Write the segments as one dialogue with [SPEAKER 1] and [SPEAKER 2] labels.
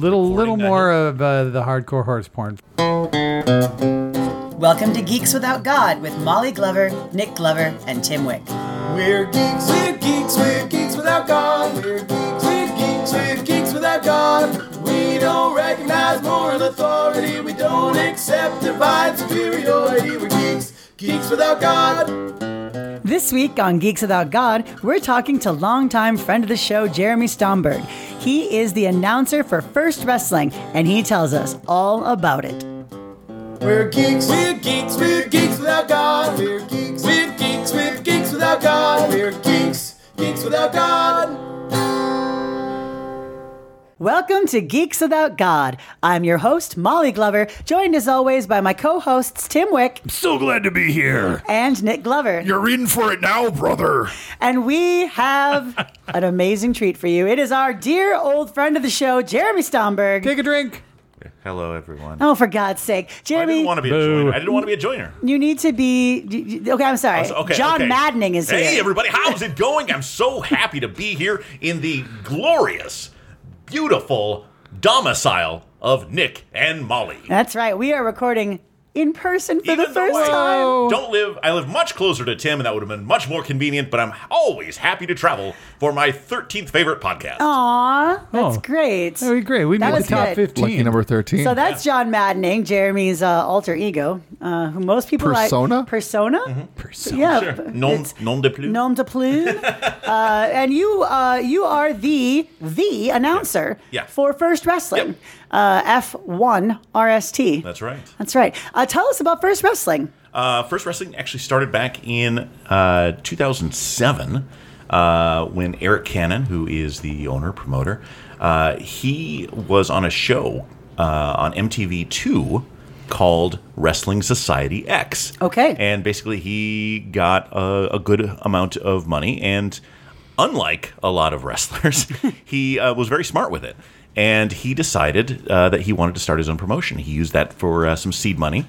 [SPEAKER 1] Little, little
[SPEAKER 2] that
[SPEAKER 1] more of uh, the hardcore horse porn.
[SPEAKER 3] Welcome to Geeks Without God with Molly Glover, Nick Glover, and Tim Wick.
[SPEAKER 4] We're geeks, we're geeks, we're geeks without God. We're geeks, we're geeks, we're geeks without God. We don't recognize moral authority. We don't accept divine superiority. We're geeks, geeks without God.
[SPEAKER 3] This week on Geeks Without God, we're talking to longtime friend of the show, Jeremy Stomberg. He is the announcer for First Wrestling, and he tells us all about it.
[SPEAKER 4] We're geeks, we're geeks, we're geeks without God. We're geeks, we're geeks, we're geeks without God. We're geeks, geeks without God.
[SPEAKER 3] Welcome to Geeks Without God. I'm your host, Molly Glover, joined as always by my co hosts, Tim Wick
[SPEAKER 5] So glad to be here.
[SPEAKER 3] and Nick Glover.
[SPEAKER 5] You're in for it now, brother.
[SPEAKER 3] And we have an amazing treat for you. It is our dear old friend of the show, Jeremy Stomberg.
[SPEAKER 1] Take a drink.
[SPEAKER 2] Hello, everyone.
[SPEAKER 3] Oh, for God's sake,
[SPEAKER 2] I
[SPEAKER 3] Jeremy!
[SPEAKER 2] didn't want to be a joiner. I didn't want to be a joiner.
[SPEAKER 3] You need to be y- y- okay. I'm sorry.
[SPEAKER 2] Oh, So- okay,
[SPEAKER 3] John
[SPEAKER 2] okay.
[SPEAKER 3] Maddening is
[SPEAKER 2] hey,
[SPEAKER 3] here.
[SPEAKER 2] everybody. How's it going? I'm so happy to be here in the glorious, beautiful domicile of Nick and Molly.
[SPEAKER 3] That's right. We are recording in person for the
[SPEAKER 2] Even though
[SPEAKER 3] first
[SPEAKER 2] I
[SPEAKER 3] time.
[SPEAKER 2] Don't live. I live much closer to Tim, and that would have been much more convenient. But I'm always happy to travel for my 13th favorite podcast.
[SPEAKER 3] Aw, that's
[SPEAKER 1] Oh.
[SPEAKER 3] great.
[SPEAKER 1] That would be great. We
[SPEAKER 3] That
[SPEAKER 1] made the
[SPEAKER 3] was
[SPEAKER 1] top
[SPEAKER 3] good.
[SPEAKER 1] 15.
[SPEAKER 6] Lucky number 13.
[SPEAKER 3] So that's John Maddening, Jeremy's uh, alter ego, uh, who most people
[SPEAKER 6] Persona?
[SPEAKER 3] like. Persona.
[SPEAKER 2] Mm-hmm.
[SPEAKER 3] Persona. Yeah. p-
[SPEAKER 2] non,
[SPEAKER 3] Oh, it's
[SPEAKER 2] non de plus.
[SPEAKER 3] nom de plume. uh, and you, uh, you are the the announcer
[SPEAKER 2] Yeah.
[SPEAKER 3] for First Wrestling,
[SPEAKER 2] Yep.
[SPEAKER 3] uh, F1 RST.
[SPEAKER 2] That's right.
[SPEAKER 3] That's right. Uh, tell us about First Wrestling.
[SPEAKER 2] Uh, first wrestling actually started back in uh, 2007 uh, when Eric Cannon, who is the owner promoter, uh, he was on a show uh, on MTV2 called Wrestling Society X.
[SPEAKER 3] Okay.
[SPEAKER 2] And basically, he got a, a good amount of money and unlike a lot of wrestlers, he uh, was very smart with it. And he decided uh, that he wanted to start his own promotion. He used that for uh, some seed money.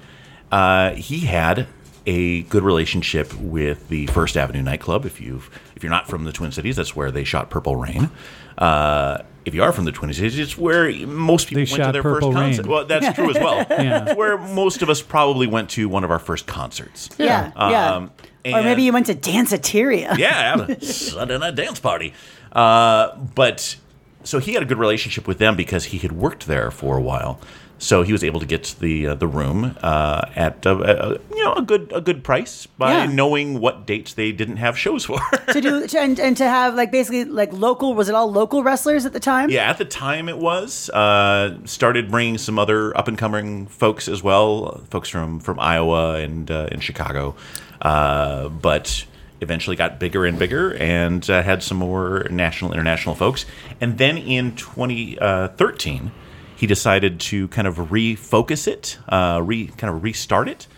[SPEAKER 2] Uh, he had a good relationship with the First Avenue nightclub. If you have if you're not from the Twin Cities, that's where they shot Purple Rain. Uh, if you are from the Twin Cities, it's where most people
[SPEAKER 1] They
[SPEAKER 2] went
[SPEAKER 1] shot
[SPEAKER 2] to their
[SPEAKER 1] Purple
[SPEAKER 2] first
[SPEAKER 1] Rain.
[SPEAKER 2] concert. Well, that's true as well. It's where most of us probably went to one of our first concerts.
[SPEAKER 3] Yeah, yeah.
[SPEAKER 2] Um,
[SPEAKER 3] or maybe
[SPEAKER 2] and-
[SPEAKER 3] you went to Danceteria.
[SPEAKER 2] yeah, I'm sudden a dance party. Uh, but so he had a good relationship with them because he had worked there for a while. So he was able to get the uh, the room uh, at uh, uh, you know a good a good price by
[SPEAKER 3] Yeah.
[SPEAKER 2] knowing what dates they didn't have shows for.
[SPEAKER 3] to do to, and, and to have like basically like local was it all local wrestlers at the time?
[SPEAKER 2] yeah, at the time it was uh, started bringing some other up and coming folks as well, folks from from Iowa and uh, in Chicago, uh, but eventually got bigger and bigger and uh, had some more national international folks. And then in 2013, he decided to kind of refocus it, uh, re kind of restart it.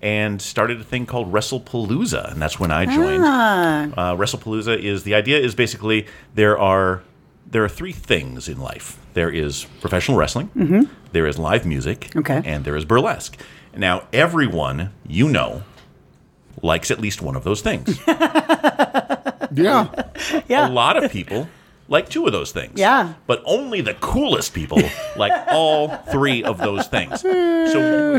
[SPEAKER 2] And started a thing called WrestlePalooza, and that's when I
[SPEAKER 3] Ah,
[SPEAKER 2] joined. Uh, WrestlePalooza is the idea is basically there are there are three things in life. There is professional wrestling, there is live music,
[SPEAKER 3] Mm-hmm. Okay.
[SPEAKER 2] and there is burlesque. Now everyone you know likes at least one of those things.
[SPEAKER 6] yeah.
[SPEAKER 2] A lot of people like two of those things.
[SPEAKER 3] Yeah.
[SPEAKER 2] But only the coolest people like all three of those things. So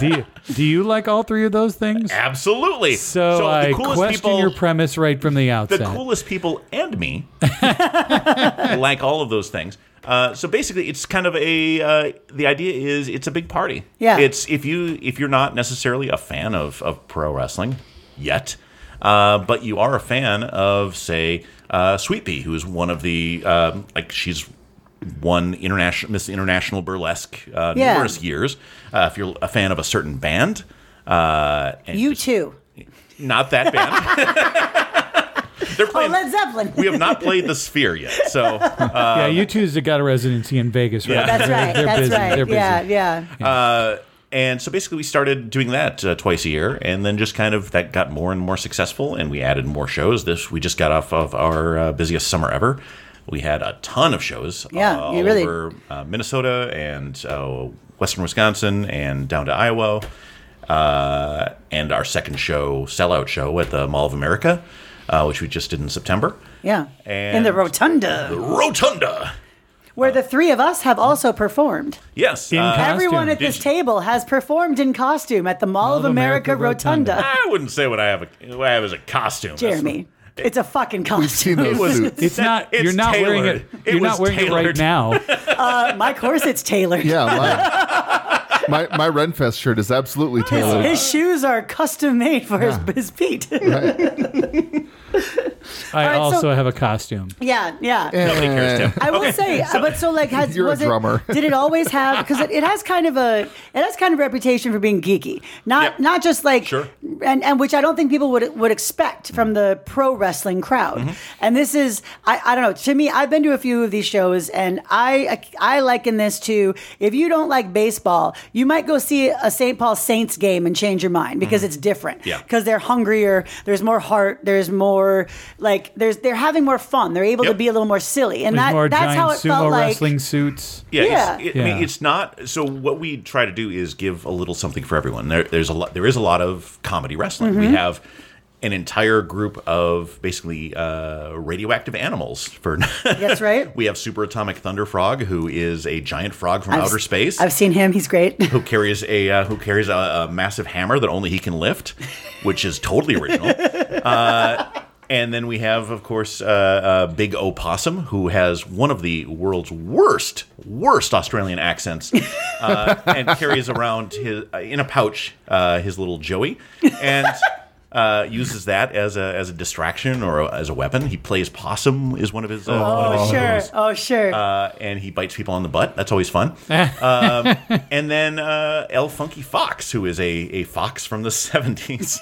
[SPEAKER 1] do, you, do you like all three of those things?
[SPEAKER 2] absolutely.
[SPEAKER 1] So, I question your premise right from the
[SPEAKER 2] the
[SPEAKER 1] outset.
[SPEAKER 2] coolest people and me like all of those things uh, so basically it's kind of a uh, the idea is it's a big party
[SPEAKER 3] Yeah.
[SPEAKER 2] it's if you if you're not necessarily a fan of of pro wrestling yet uh, but you are a fan of say uh, sweet pea who is one of the um, like she's won international miss international burlesque uh,
[SPEAKER 3] Yeah.
[SPEAKER 2] numerous years uh, if you're a fan of a certain band uh, and
[SPEAKER 3] You
[SPEAKER 2] just-
[SPEAKER 3] too.
[SPEAKER 2] not that band they're
[SPEAKER 3] Oh,
[SPEAKER 2] playing
[SPEAKER 3] Led Zeppelin.
[SPEAKER 2] we have not played the Sphere yet, so uh,
[SPEAKER 1] yeah, you two's have got a residency in Vegas, right?
[SPEAKER 2] Yeah.
[SPEAKER 3] that's right.
[SPEAKER 1] They're
[SPEAKER 3] that's
[SPEAKER 1] busy. They're
[SPEAKER 3] right.
[SPEAKER 1] busy.
[SPEAKER 3] Yeah, yeah.
[SPEAKER 2] and so basically we started doing that uh, twice a year, and then just kind of that got more and more successful, and we added more shows. This we just got off of our uh, busiest summer ever. We had a ton of shows,
[SPEAKER 3] Yeah,
[SPEAKER 2] uh,
[SPEAKER 3] you
[SPEAKER 2] all
[SPEAKER 3] really-
[SPEAKER 2] over uh, Minnesota and uh, Western Wisconsin and down to Iowa. Uh, and our second show, sellout show at the Mall of America, uh, which we just did in September.
[SPEAKER 3] yeah. In
[SPEAKER 2] and-
[SPEAKER 3] the rotunda.
[SPEAKER 2] Rotunda.
[SPEAKER 3] where the three of us have also performed.
[SPEAKER 2] Yes.
[SPEAKER 1] In
[SPEAKER 2] uh,
[SPEAKER 1] Costume.
[SPEAKER 3] Everyone at
[SPEAKER 2] Did
[SPEAKER 3] this
[SPEAKER 2] you-
[SPEAKER 3] table has performed in costume at the Mall, of America, Rotunda.
[SPEAKER 2] I wouldn't say what I have. A, what I have is a costume. That's-
[SPEAKER 3] Jeremy, it's a fucking
[SPEAKER 6] We've seen
[SPEAKER 3] costume.
[SPEAKER 6] those suits.
[SPEAKER 1] It's not.
[SPEAKER 2] It's
[SPEAKER 1] you're not wearing
[SPEAKER 2] tailored.
[SPEAKER 1] it.
[SPEAKER 2] It
[SPEAKER 1] You're not
[SPEAKER 2] was
[SPEAKER 1] wearing it right
[SPEAKER 2] tailored.
[SPEAKER 1] now.
[SPEAKER 3] My corset's tailored.
[SPEAKER 6] Yeah, my, my my Renfest shirt is absolutely
[SPEAKER 3] His,
[SPEAKER 6] tailored.
[SPEAKER 3] his shoes are custom made for his, his feet.
[SPEAKER 1] I
[SPEAKER 3] right, so-
[SPEAKER 1] also have a costume.
[SPEAKER 3] yeah, yeah.
[SPEAKER 2] Nobody cares, Tim.
[SPEAKER 3] I will say, uh, but so like, has,
[SPEAKER 6] You're a
[SPEAKER 3] was
[SPEAKER 6] drummer.
[SPEAKER 3] It, did it always have? Because it, it has kind of a it has kind of reputation for being geeky, not
[SPEAKER 2] Yep.
[SPEAKER 3] not just like
[SPEAKER 2] Sure.
[SPEAKER 3] and and which I don't think people would would expect from the pro wrestling crowd. And this is I I don't know. To me, I've been to a few of these shows, and I I liken this to if you don't like baseball, you might go see a St. Paul Saints game and change your mind because it's different.
[SPEAKER 2] Yeah.
[SPEAKER 3] because they're hungrier. There's more heart. There's more like there's they're having more fun. They're able to
[SPEAKER 2] Yep.
[SPEAKER 3] be a little more silly, and
[SPEAKER 1] There's
[SPEAKER 3] that,
[SPEAKER 1] more
[SPEAKER 3] that's
[SPEAKER 1] giant
[SPEAKER 3] how it
[SPEAKER 1] sumo
[SPEAKER 3] felt like.
[SPEAKER 1] wrestling suits.
[SPEAKER 2] Yeah, it's-
[SPEAKER 3] Yeah.
[SPEAKER 2] It, I mean,
[SPEAKER 1] Yeah.
[SPEAKER 2] it's not. So what we try to do is give a little something for everyone. There, there's a lot. There is a lot of comedy wrestling.
[SPEAKER 3] Mm-hmm.
[SPEAKER 2] We have an entire group of basically uh, radioactive animals. For
[SPEAKER 3] That's right.
[SPEAKER 2] we have Super Atomic Thunder Frog, who is a giant frog from
[SPEAKER 3] I've-
[SPEAKER 2] outer space.
[SPEAKER 3] I've seen him. He's great.
[SPEAKER 2] who carries a uh, who carries a, a massive hammer that only he can lift, which is totally original. Uh, and then we have, of course, uh, uh, Big Opossum, who has one of the world's worst worst Australian accents, uh, and carries around his uh, in a pouch uh, his little Joey, and. Uh, uses that as a as a distraction or as a weapon. He plays possum is one of his. Uh, one of
[SPEAKER 3] Oh
[SPEAKER 2] his
[SPEAKER 3] sure.
[SPEAKER 2] moves.
[SPEAKER 3] Oh sure.
[SPEAKER 2] Uh, and he bites people on the butt. That's always fun. um, and then uh, El Funky Fox, who is a, a fox from the seventies,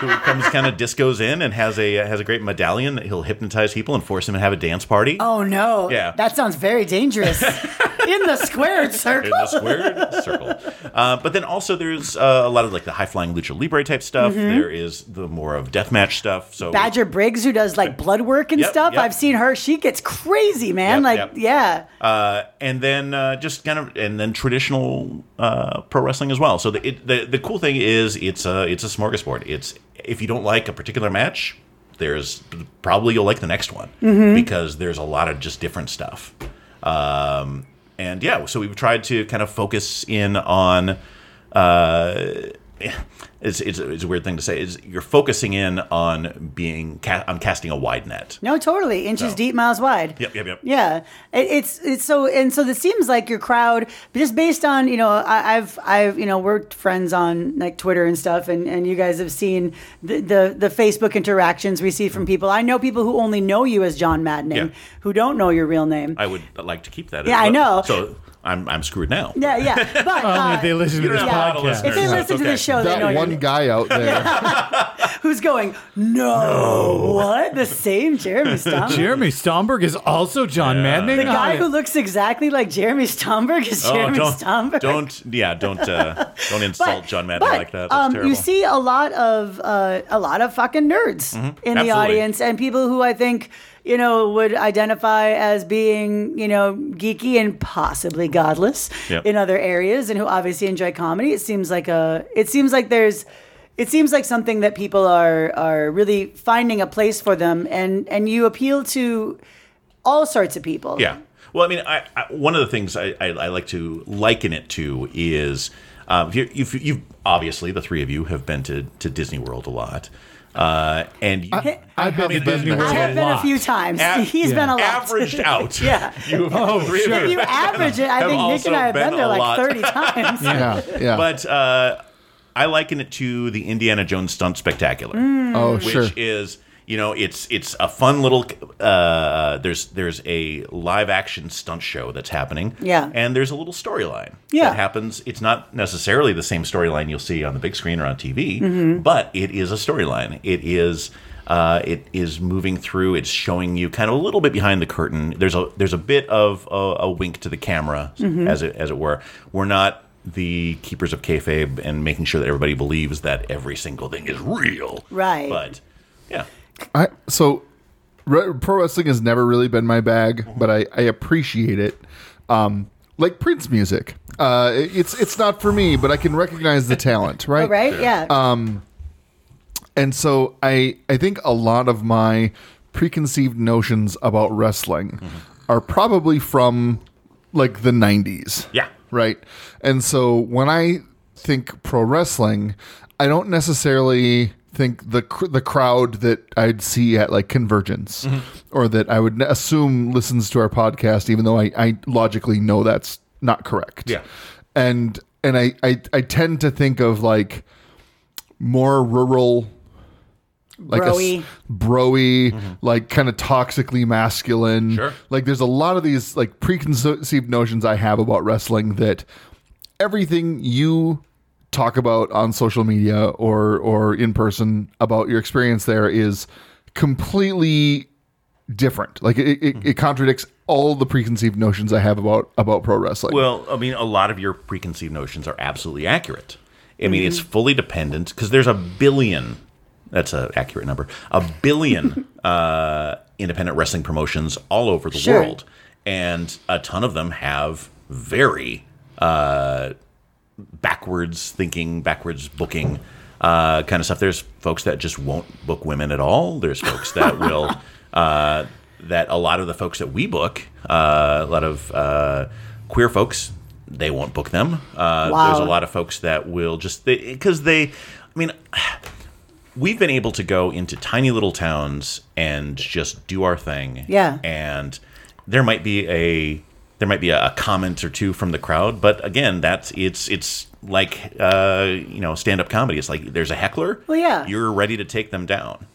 [SPEAKER 2] who comes kind of discos in and has a has a great medallion that he'll hypnotize people and force them to have a dance party.
[SPEAKER 3] oh no.
[SPEAKER 2] yeah.
[SPEAKER 3] That sounds very dangerous. In the squared
[SPEAKER 2] In
[SPEAKER 3] circle.
[SPEAKER 2] the square circle, uh, but then also there's uh, a lot of like the high flying lucha libre type stuff. There is the more of deathmatch stuff. So
[SPEAKER 3] Mm-hmm. Badger Briggs, who does like blood work and
[SPEAKER 2] Yep,
[SPEAKER 3] stuff.
[SPEAKER 2] yep.
[SPEAKER 3] I've seen her. She gets crazy, man.
[SPEAKER 2] Yep,
[SPEAKER 3] like
[SPEAKER 2] yep.
[SPEAKER 3] yeah.
[SPEAKER 2] uh, and then uh, just kind of and then traditional uh, pro wrestling as well. So the, it, the the cool thing is it's a it's a smorgasbord. It's if you don't like a particular match, there's probably you'll like the next one
[SPEAKER 3] Mm-hmm.
[SPEAKER 2] because there's a lot of just different stuff. Um, and yeah, so we've tried to kind of focus in on. Uh, it's, it's, it's a weird thing to say. Is you're focusing in on being ca- on casting a wide net.
[SPEAKER 3] No, totally. Inches
[SPEAKER 2] So-
[SPEAKER 3] deep, miles wide.
[SPEAKER 2] Yep, yep, yep.
[SPEAKER 3] Yeah, it, it's it's so and so. It seems like your crowd, just based on you know, I, I've I've you know, we're friends on like Twitter and stuff, and and you guys have seen the the, the Facebook interactions we see from people. I know people who only know you as John Maddening,
[SPEAKER 2] Mm-hmm. Yeah.
[SPEAKER 3] who don't know your real name.
[SPEAKER 2] I would like to keep that.
[SPEAKER 3] Yeah,
[SPEAKER 2] as
[SPEAKER 3] I
[SPEAKER 2] well.
[SPEAKER 3] know.
[SPEAKER 2] So I'm I'm screwed now.
[SPEAKER 3] yeah, yeah, but uh,
[SPEAKER 1] If they listen to
[SPEAKER 2] don't
[SPEAKER 1] this
[SPEAKER 2] have a lot of
[SPEAKER 1] podcast.
[SPEAKER 3] if they
[SPEAKER 2] listeners.
[SPEAKER 3] listen
[SPEAKER 2] It's
[SPEAKER 3] to
[SPEAKER 2] okay.
[SPEAKER 3] this show, they know
[SPEAKER 6] That
[SPEAKER 3] your
[SPEAKER 6] one guy out there.
[SPEAKER 3] who's going. No, what the same Jeremy Stomberg?
[SPEAKER 1] Jeremy Stomberg is also John Maddening.
[SPEAKER 3] the guy
[SPEAKER 1] I-
[SPEAKER 3] who looks exactly like Jeremy Stomberg is
[SPEAKER 2] Oh,
[SPEAKER 3] Jeremy
[SPEAKER 2] don't,
[SPEAKER 3] Stomberg.
[SPEAKER 2] don't, yeah, don't, uh, don't insult John Madden
[SPEAKER 3] but,
[SPEAKER 2] like that. That's
[SPEAKER 3] um,
[SPEAKER 2] terrible.
[SPEAKER 3] You see a lot of uh, a lot of fucking nerds in the
[SPEAKER 2] Mm-hmm. Absolutely.
[SPEAKER 3] audience and people who I think you know would identify as being you know geeky and possibly godless
[SPEAKER 2] Yep.
[SPEAKER 3] in other areas and who obviously enjoy comedy. It seems like a it seems like there's it seems like something that people are are really finding a place for them and and you appeal to all sorts of people.
[SPEAKER 2] yeah. Well, I mean, I, I, one of the things I, I, I like to liken it to is um, if you, you've, you've obviously the three of you have been to, to Disney World a lot, uh, and you,
[SPEAKER 6] I've
[SPEAKER 2] I
[SPEAKER 6] been to
[SPEAKER 2] mean,
[SPEAKER 6] Disney
[SPEAKER 2] there's-
[SPEAKER 3] I
[SPEAKER 1] World.
[SPEAKER 3] have
[SPEAKER 1] a
[SPEAKER 3] been a
[SPEAKER 1] lot.
[SPEAKER 3] few times.
[SPEAKER 2] A-
[SPEAKER 3] He's been a lot.
[SPEAKER 2] averaged out.
[SPEAKER 3] yeah.
[SPEAKER 2] You, oh,
[SPEAKER 3] If you average it, I
[SPEAKER 2] have
[SPEAKER 3] think Nick
[SPEAKER 2] also
[SPEAKER 3] and I have
[SPEAKER 2] been
[SPEAKER 3] been, there
[SPEAKER 2] a
[SPEAKER 3] like
[SPEAKER 2] lot.
[SPEAKER 3] 30 times.
[SPEAKER 6] Yeah, yeah.
[SPEAKER 2] But uh, I liken it to the Indiana Jones stunt spectacular.
[SPEAKER 3] Mm.
[SPEAKER 6] oh,
[SPEAKER 2] which
[SPEAKER 6] sure.
[SPEAKER 2] is you know it's it's a fun little uh, there's there's a live action stunt show that's happening
[SPEAKER 3] Yeah.
[SPEAKER 2] and there's a little storyline
[SPEAKER 3] Yeah.
[SPEAKER 2] that happens it's not necessarily the same storyline you'll see on the big screen or on TV
[SPEAKER 3] Mm-hmm.
[SPEAKER 2] but it is a storyline it is uh, it is moving through it's showing you kind of a little bit behind the curtain there's a there's a bit of a, a wink to the camera
[SPEAKER 3] Mm-hmm.
[SPEAKER 2] as it as it were we're not the keepers of kayfabe and making sure that everybody believes that every single thing is real
[SPEAKER 3] Right.
[SPEAKER 2] but yeah,
[SPEAKER 6] I, so re- pro wrestling has never really been my bag, but I, I appreciate it. Um, like Prince music, uh, it- it's it's not for me, but I can recognize the talent, right?
[SPEAKER 3] Oh,
[SPEAKER 6] Uh,
[SPEAKER 3] Right? Yeah.
[SPEAKER 6] And so I I think a lot of
[SPEAKER 2] Mm-hmm.
[SPEAKER 6] my preconceived notions about wrestling are probably from like the 90s.
[SPEAKER 2] Yeah.
[SPEAKER 6] Right. And so when I think pro wrestling, I don't necessarily think the cr- the crowd that I'd see at like Convergence
[SPEAKER 2] Mm-hmm.
[SPEAKER 6] or that I would assume listens to our podcast even though I, I logically know that's not correct.
[SPEAKER 2] Yeah.
[SPEAKER 6] And and I, I I tend to think of like more rural like a
[SPEAKER 3] Broy.
[SPEAKER 6] s- broy like kind of toxically masculine
[SPEAKER 2] Mm-hmm. Sure.
[SPEAKER 6] like there's a lot of these like preconceived notions i have about wrestling that everything you talk about on social media or or in person about your experience there is completely different like it,
[SPEAKER 2] Mm-hmm.
[SPEAKER 6] it, it contradicts all the preconceived notions i have about about pro wrestling
[SPEAKER 2] Well, I mean, a lot of your preconceived notions are absolutely accurate. I mean,
[SPEAKER 3] Mm-hmm.
[SPEAKER 2] it's fully dependent because there's a billion. That's an accurate number. A billion uh, independent wrestling promotions all over the
[SPEAKER 3] Sure.
[SPEAKER 2] world, and a ton of them have very uh, backwards thinking, backwards booking uh, kind of stuff. There's folks that just won't book women at all. There's folks that will. Uh, that a lot of the folks that we book, uh, a lot of uh, queer folks, they won't book them. Uh, There's a
[SPEAKER 3] Wow.
[SPEAKER 2] lot of folks that will just because they, I mean, we've been able to go into tiny little towns and just do our thing.
[SPEAKER 3] Yeah.
[SPEAKER 2] And there might be a there might be a, a comment or two from the crowd, but again, that's it's it's like uh, you know stand up comedy. It's like there's a heckler.
[SPEAKER 3] Well, yeah.
[SPEAKER 2] You're ready to take them down.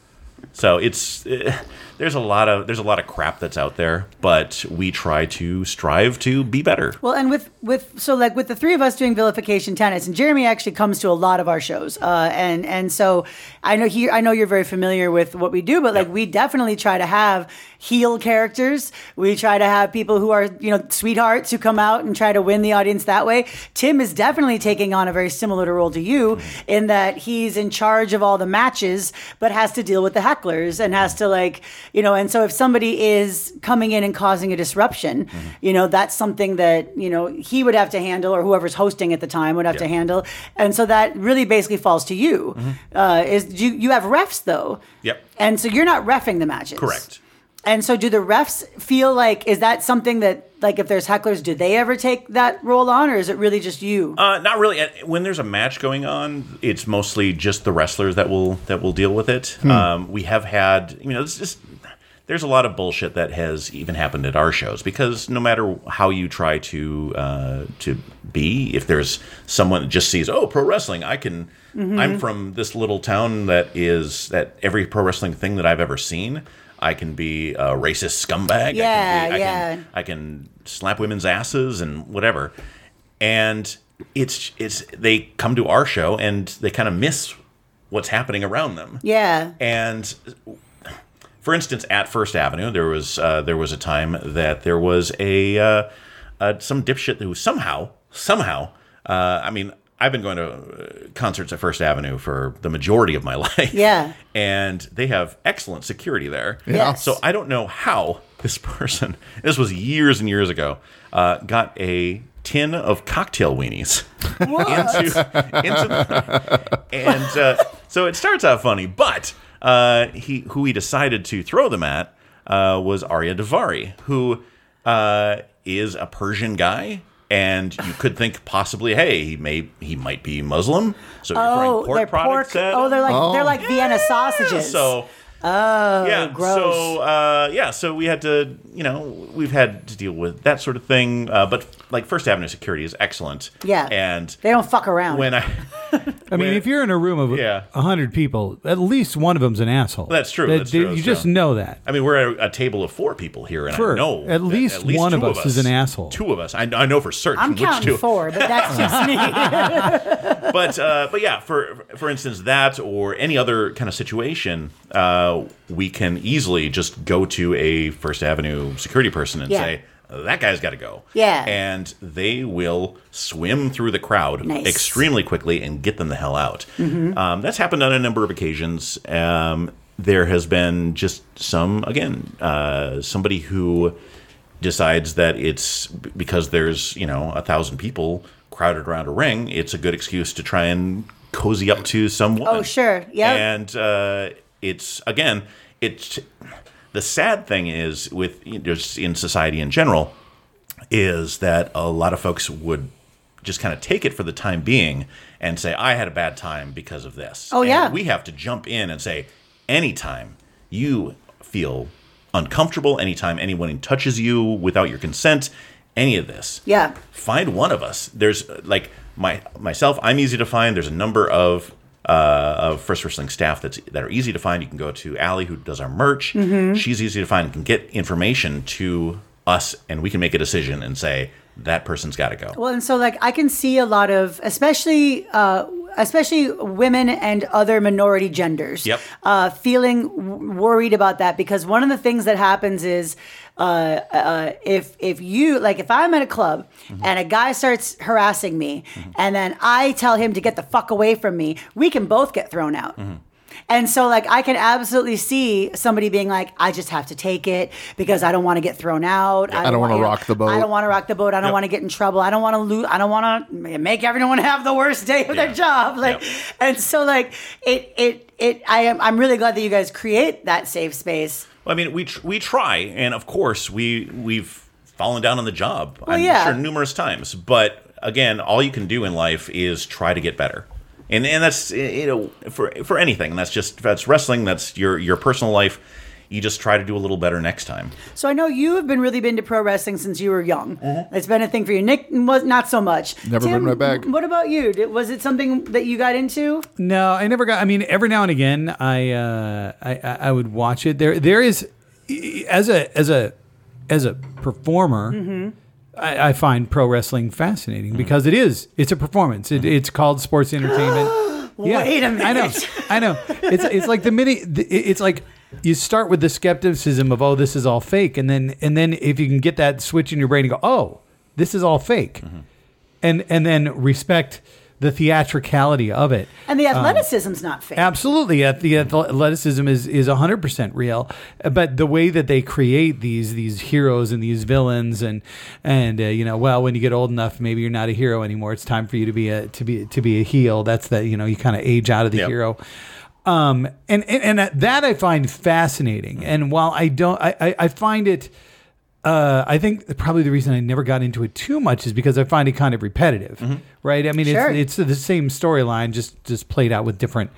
[SPEAKER 2] So it's eh, there's a lot of there's a lot of crap that's out there, but we try to strive to be better.
[SPEAKER 3] Well, and with with so like with the three of us doing vilification tennis, and Jeremy actually comes to a lot of our shows, uh, and and so I know he, I know you're very familiar with what we do, but like we definitely try to have heel characters. We try to have people who are you know sweethearts who come out and try to win the audience that way. Tim is definitely taking on a very similar role to
[SPEAKER 2] Hmm.
[SPEAKER 3] you in that he's in charge of all the matches, but has to deal with the hecklers and has to like you know. And so if somebody is coming in and causing a disruption,
[SPEAKER 2] Hmm.
[SPEAKER 3] you know that's something that you know he would have to handle or whoever's hosting at the time would have to
[SPEAKER 2] Yeah. Mm-hmm.
[SPEAKER 3] handle. And so that really basically falls to you. Uh, is you you have refs though?
[SPEAKER 2] Yep.
[SPEAKER 3] And so you're not refing the matches.
[SPEAKER 2] Correct.
[SPEAKER 3] And so, do the refs feel like is that something that like if there's hecklers, do they ever take that role on, or is it really just you?
[SPEAKER 2] Uh, not really. Uh, When there's a match going on, it's mostly just the wrestlers that will that will deal with it.
[SPEAKER 3] Hmm.
[SPEAKER 2] Um, we have had, you know, it's just there's a lot of bullshit that has even happened at our shows because no matter how you try to uh, to be, if there's someone that just sees, oh, pro wrestling, I can.
[SPEAKER 3] Mm-hmm.
[SPEAKER 2] I'm from this little town that is that every pro wrestling thing that I've ever seen. I can be a racist scumbag. I
[SPEAKER 3] Yeah,
[SPEAKER 2] can be, I
[SPEAKER 3] yeah.
[SPEAKER 2] Can, I can slap women's asses and whatever. And it's it's they come to our show and they kind of miss what's happening around them.
[SPEAKER 3] yeah.
[SPEAKER 2] And for instance, at First Avenue, there was uh, there was a time that there was a uh, uh, some dipshit who somehow somehow uh, I mean I've been going to uh, concerts at First Avenue for the majority of my life.
[SPEAKER 3] Yeah.
[SPEAKER 2] and they have excellent security there.
[SPEAKER 3] Yes.
[SPEAKER 2] So I don't know how this person this was years and years ago uh, got a tin of cocktail weenies into, into the, and uh, so it starts out funny, but uh, he who he decided to throw them at uh, was Arya Davari, who uh, is a Persian guy. And you could think possibly, hey, he may he might be Muslim, so you're
[SPEAKER 3] Oh,
[SPEAKER 2] throwing pork
[SPEAKER 3] they're
[SPEAKER 2] products
[SPEAKER 3] pork.
[SPEAKER 2] at
[SPEAKER 3] Oh,
[SPEAKER 2] him.
[SPEAKER 3] they're like they're like Vienna sausages.
[SPEAKER 2] So. Oh, yeah.
[SPEAKER 3] gross.
[SPEAKER 2] So, uh, yeah. So we had to, you know, we've had to deal with that sort of thing. Uh, but like First Avenue security is excellent.
[SPEAKER 3] yeah,
[SPEAKER 2] And
[SPEAKER 3] they don't fuck around.
[SPEAKER 2] when I,
[SPEAKER 1] I mean,
[SPEAKER 2] when-
[SPEAKER 1] if you're in a room of
[SPEAKER 2] Yeah.
[SPEAKER 1] a hundred people, at least one of them's an asshole.
[SPEAKER 2] That's true,
[SPEAKER 1] That-
[SPEAKER 2] that's
[SPEAKER 1] they-
[SPEAKER 2] true,
[SPEAKER 1] You
[SPEAKER 2] that's
[SPEAKER 1] just
[SPEAKER 2] true.
[SPEAKER 1] know that.
[SPEAKER 2] I mean, we're at a table of four people here, and
[SPEAKER 1] Sure.
[SPEAKER 2] I know
[SPEAKER 1] At
[SPEAKER 2] that
[SPEAKER 1] least one
[SPEAKER 2] two
[SPEAKER 1] of us is an asshole.
[SPEAKER 2] Two of us, I, I know for certain.
[SPEAKER 3] I'm
[SPEAKER 2] which
[SPEAKER 3] counting
[SPEAKER 2] two.
[SPEAKER 3] four, but that's just me.
[SPEAKER 2] but uh, but yeah, for for instance, that or any other kind of situation, uh, we can easily just go to a First Avenue security person and
[SPEAKER 3] Yeah.
[SPEAKER 2] say that guy's got to go.
[SPEAKER 3] Yeah.
[SPEAKER 2] and they will swim through the crowd
[SPEAKER 3] Nice.
[SPEAKER 2] extremely quickly and get them the hell out. Um, that's happened on a number of occasions. Um, there has been just some again uh, somebody who decides that it's b- because there's you know a thousand people crowded around a ring it's a good excuse to try and cozy up to someone
[SPEAKER 3] Oh, sure. Yep.
[SPEAKER 2] and uh, it's again it's the sad thing is with you know, just in society in general is that a lot of folks would just kind of take it for the time being and say, I had a bad time because of this.
[SPEAKER 3] Oh,
[SPEAKER 2] And
[SPEAKER 3] yeah.
[SPEAKER 2] We have to jump in and say, anytime you feel uncomfortable, anytime anyone touches you without your consent, any of this,
[SPEAKER 3] Yeah.
[SPEAKER 2] find one of us. There's uh, like my myself. I'm easy to find. There's a number of uh, of First Wrestling staff that's that are easy to find. You can go to Allie, who does our merch. She's easy to find. and can get information to us, and we can make a decision and say that person's got to go.
[SPEAKER 3] Well, and so like I can see a lot of, especially, uh, especially women and other minority genders,
[SPEAKER 2] Yep.
[SPEAKER 3] uh, feeling w- worried about that because one of the things that happens is. Uh, uh, if if you like, if I'm at a club
[SPEAKER 6] Mm-hmm.
[SPEAKER 3] and a guy starts harassing me, and then I tell him to get the fuck away from me, we can both get thrown out.
[SPEAKER 6] Mm-hmm.
[SPEAKER 3] And so, like, I can absolutely see somebody being like, I just have to take it because I don't want to get thrown out.
[SPEAKER 6] I don't wanna
[SPEAKER 3] you know,
[SPEAKER 6] rock the boat.
[SPEAKER 3] I don't want to rock the boat. I don't
[SPEAKER 2] Yep.
[SPEAKER 3] want to get in trouble. I don't want to lose. I don't want to make everyone have the worst day of
[SPEAKER 2] Yeah.
[SPEAKER 3] their job. Like,
[SPEAKER 2] Yep.
[SPEAKER 3] and so, like, it, it, it, I am, I'm really glad that you guys create that safe space.
[SPEAKER 2] I mean, we tr- we try, and of course we we've fallen down on the job. I'm
[SPEAKER 3] yeah.
[SPEAKER 2] sure numerous times, but again, all you can do in life is try to get better, and and that's eh, you know for for anything. That's just that's wrestling. That's your your personal life. You just try to do a little better next time.
[SPEAKER 3] So I know you have been really been to pro wrestling since you were young. It's been a thing for you. Nick was not so much.
[SPEAKER 6] Never been my bag.
[SPEAKER 3] What about you? Did, was it something that you got into?
[SPEAKER 1] No, I never got. I mean, every now and again, I uh, I, I I would watch it. There there is as a as a as a performer. I, I find pro wrestling fascinating
[SPEAKER 2] Mm-hmm.
[SPEAKER 1] because it is it's a performance. It, it's called sports entertainment.
[SPEAKER 3] Wait a
[SPEAKER 1] I know.
[SPEAKER 3] minute.
[SPEAKER 1] I know. It's it's like the mini. the- It's like you start with the skepticism of oh this is all fake, and then and then if you can get that switch in your brain and go oh this is all fake, and and then respect the theatricality of it.
[SPEAKER 3] And the athleticism's not fake.
[SPEAKER 1] Absolutely, Ath- the athleticism is is hundred percent real, Uh, but the way that they create these these heroes and these villains and and uh, you know, well, when you get old enough, maybe you're not a hero anymore. It's time for you to be a to be to be a heel. That's the you know, you kind of age out of the
[SPEAKER 2] Yep.
[SPEAKER 1] hero. Um, and, and and that I find fascinating. And while I don't, I I, I find it. Uh, I think probably the reason I never got into it too much is because I find it kind of repetitive, right? I mean,
[SPEAKER 3] Sure.
[SPEAKER 1] it's, it's the same storyline, just just played out with different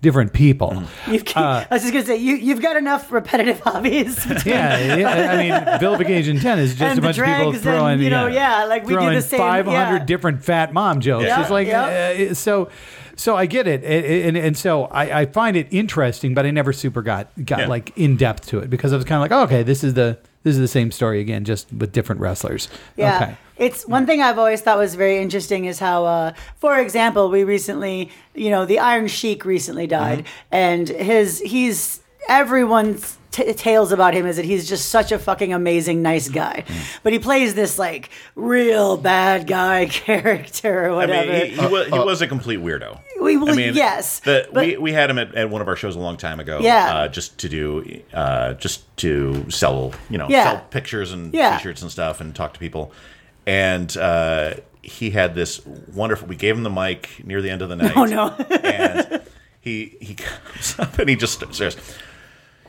[SPEAKER 1] different people.
[SPEAKER 3] You've, I was just gonna say you, you've got enough repetitive hobbies.
[SPEAKER 1] Yeah, yeah, I mean, vilification ten is just
[SPEAKER 3] And
[SPEAKER 1] a bunch
[SPEAKER 3] the
[SPEAKER 1] of people
[SPEAKER 3] drags
[SPEAKER 1] throwing,
[SPEAKER 3] and, you know, yeah, like we do
[SPEAKER 1] throwing
[SPEAKER 3] the same-
[SPEAKER 1] 500
[SPEAKER 3] yeah.
[SPEAKER 1] different fat mom jokes.
[SPEAKER 2] Yeah.
[SPEAKER 1] It's like
[SPEAKER 3] Yeah.
[SPEAKER 1] uh, so, so I get it, and and, and so I, I find it interesting, but I never super got got
[SPEAKER 2] Yeah.
[SPEAKER 1] like in depth to it because I was kind of like, oh, okay, this is the this is the same story again, just with different wrestlers.
[SPEAKER 3] Yeah.
[SPEAKER 1] Okay.
[SPEAKER 3] It's one thing I've always thought was very interesting is how, uh, for example, we recently, you know, the Iron Sheik recently
[SPEAKER 2] Uh-huh.
[SPEAKER 3] died, and his he's everyone's t- tales about him is that he's just such a fucking amazing nice
[SPEAKER 2] Mm-hmm.
[SPEAKER 3] guy, but he plays this like real bad guy character or
[SPEAKER 2] I
[SPEAKER 3] whatever.
[SPEAKER 2] mean, he, he, was, he was a complete weirdo.
[SPEAKER 3] We- well,
[SPEAKER 2] I mean,
[SPEAKER 3] yes,
[SPEAKER 2] the-
[SPEAKER 3] but-
[SPEAKER 2] we, we had him at, at one of our shows a long time ago.
[SPEAKER 3] Yeah.
[SPEAKER 2] uh, just to do, uh, just to sell, you know,
[SPEAKER 3] Yeah.
[SPEAKER 2] sell pictures and
[SPEAKER 3] Yeah.
[SPEAKER 2] t-shirts and stuff, and talk to people. And uh, he had this wonderful. We gave him the mic near the end of the night.
[SPEAKER 3] Oh, no.
[SPEAKER 2] and he he comes up and he just says.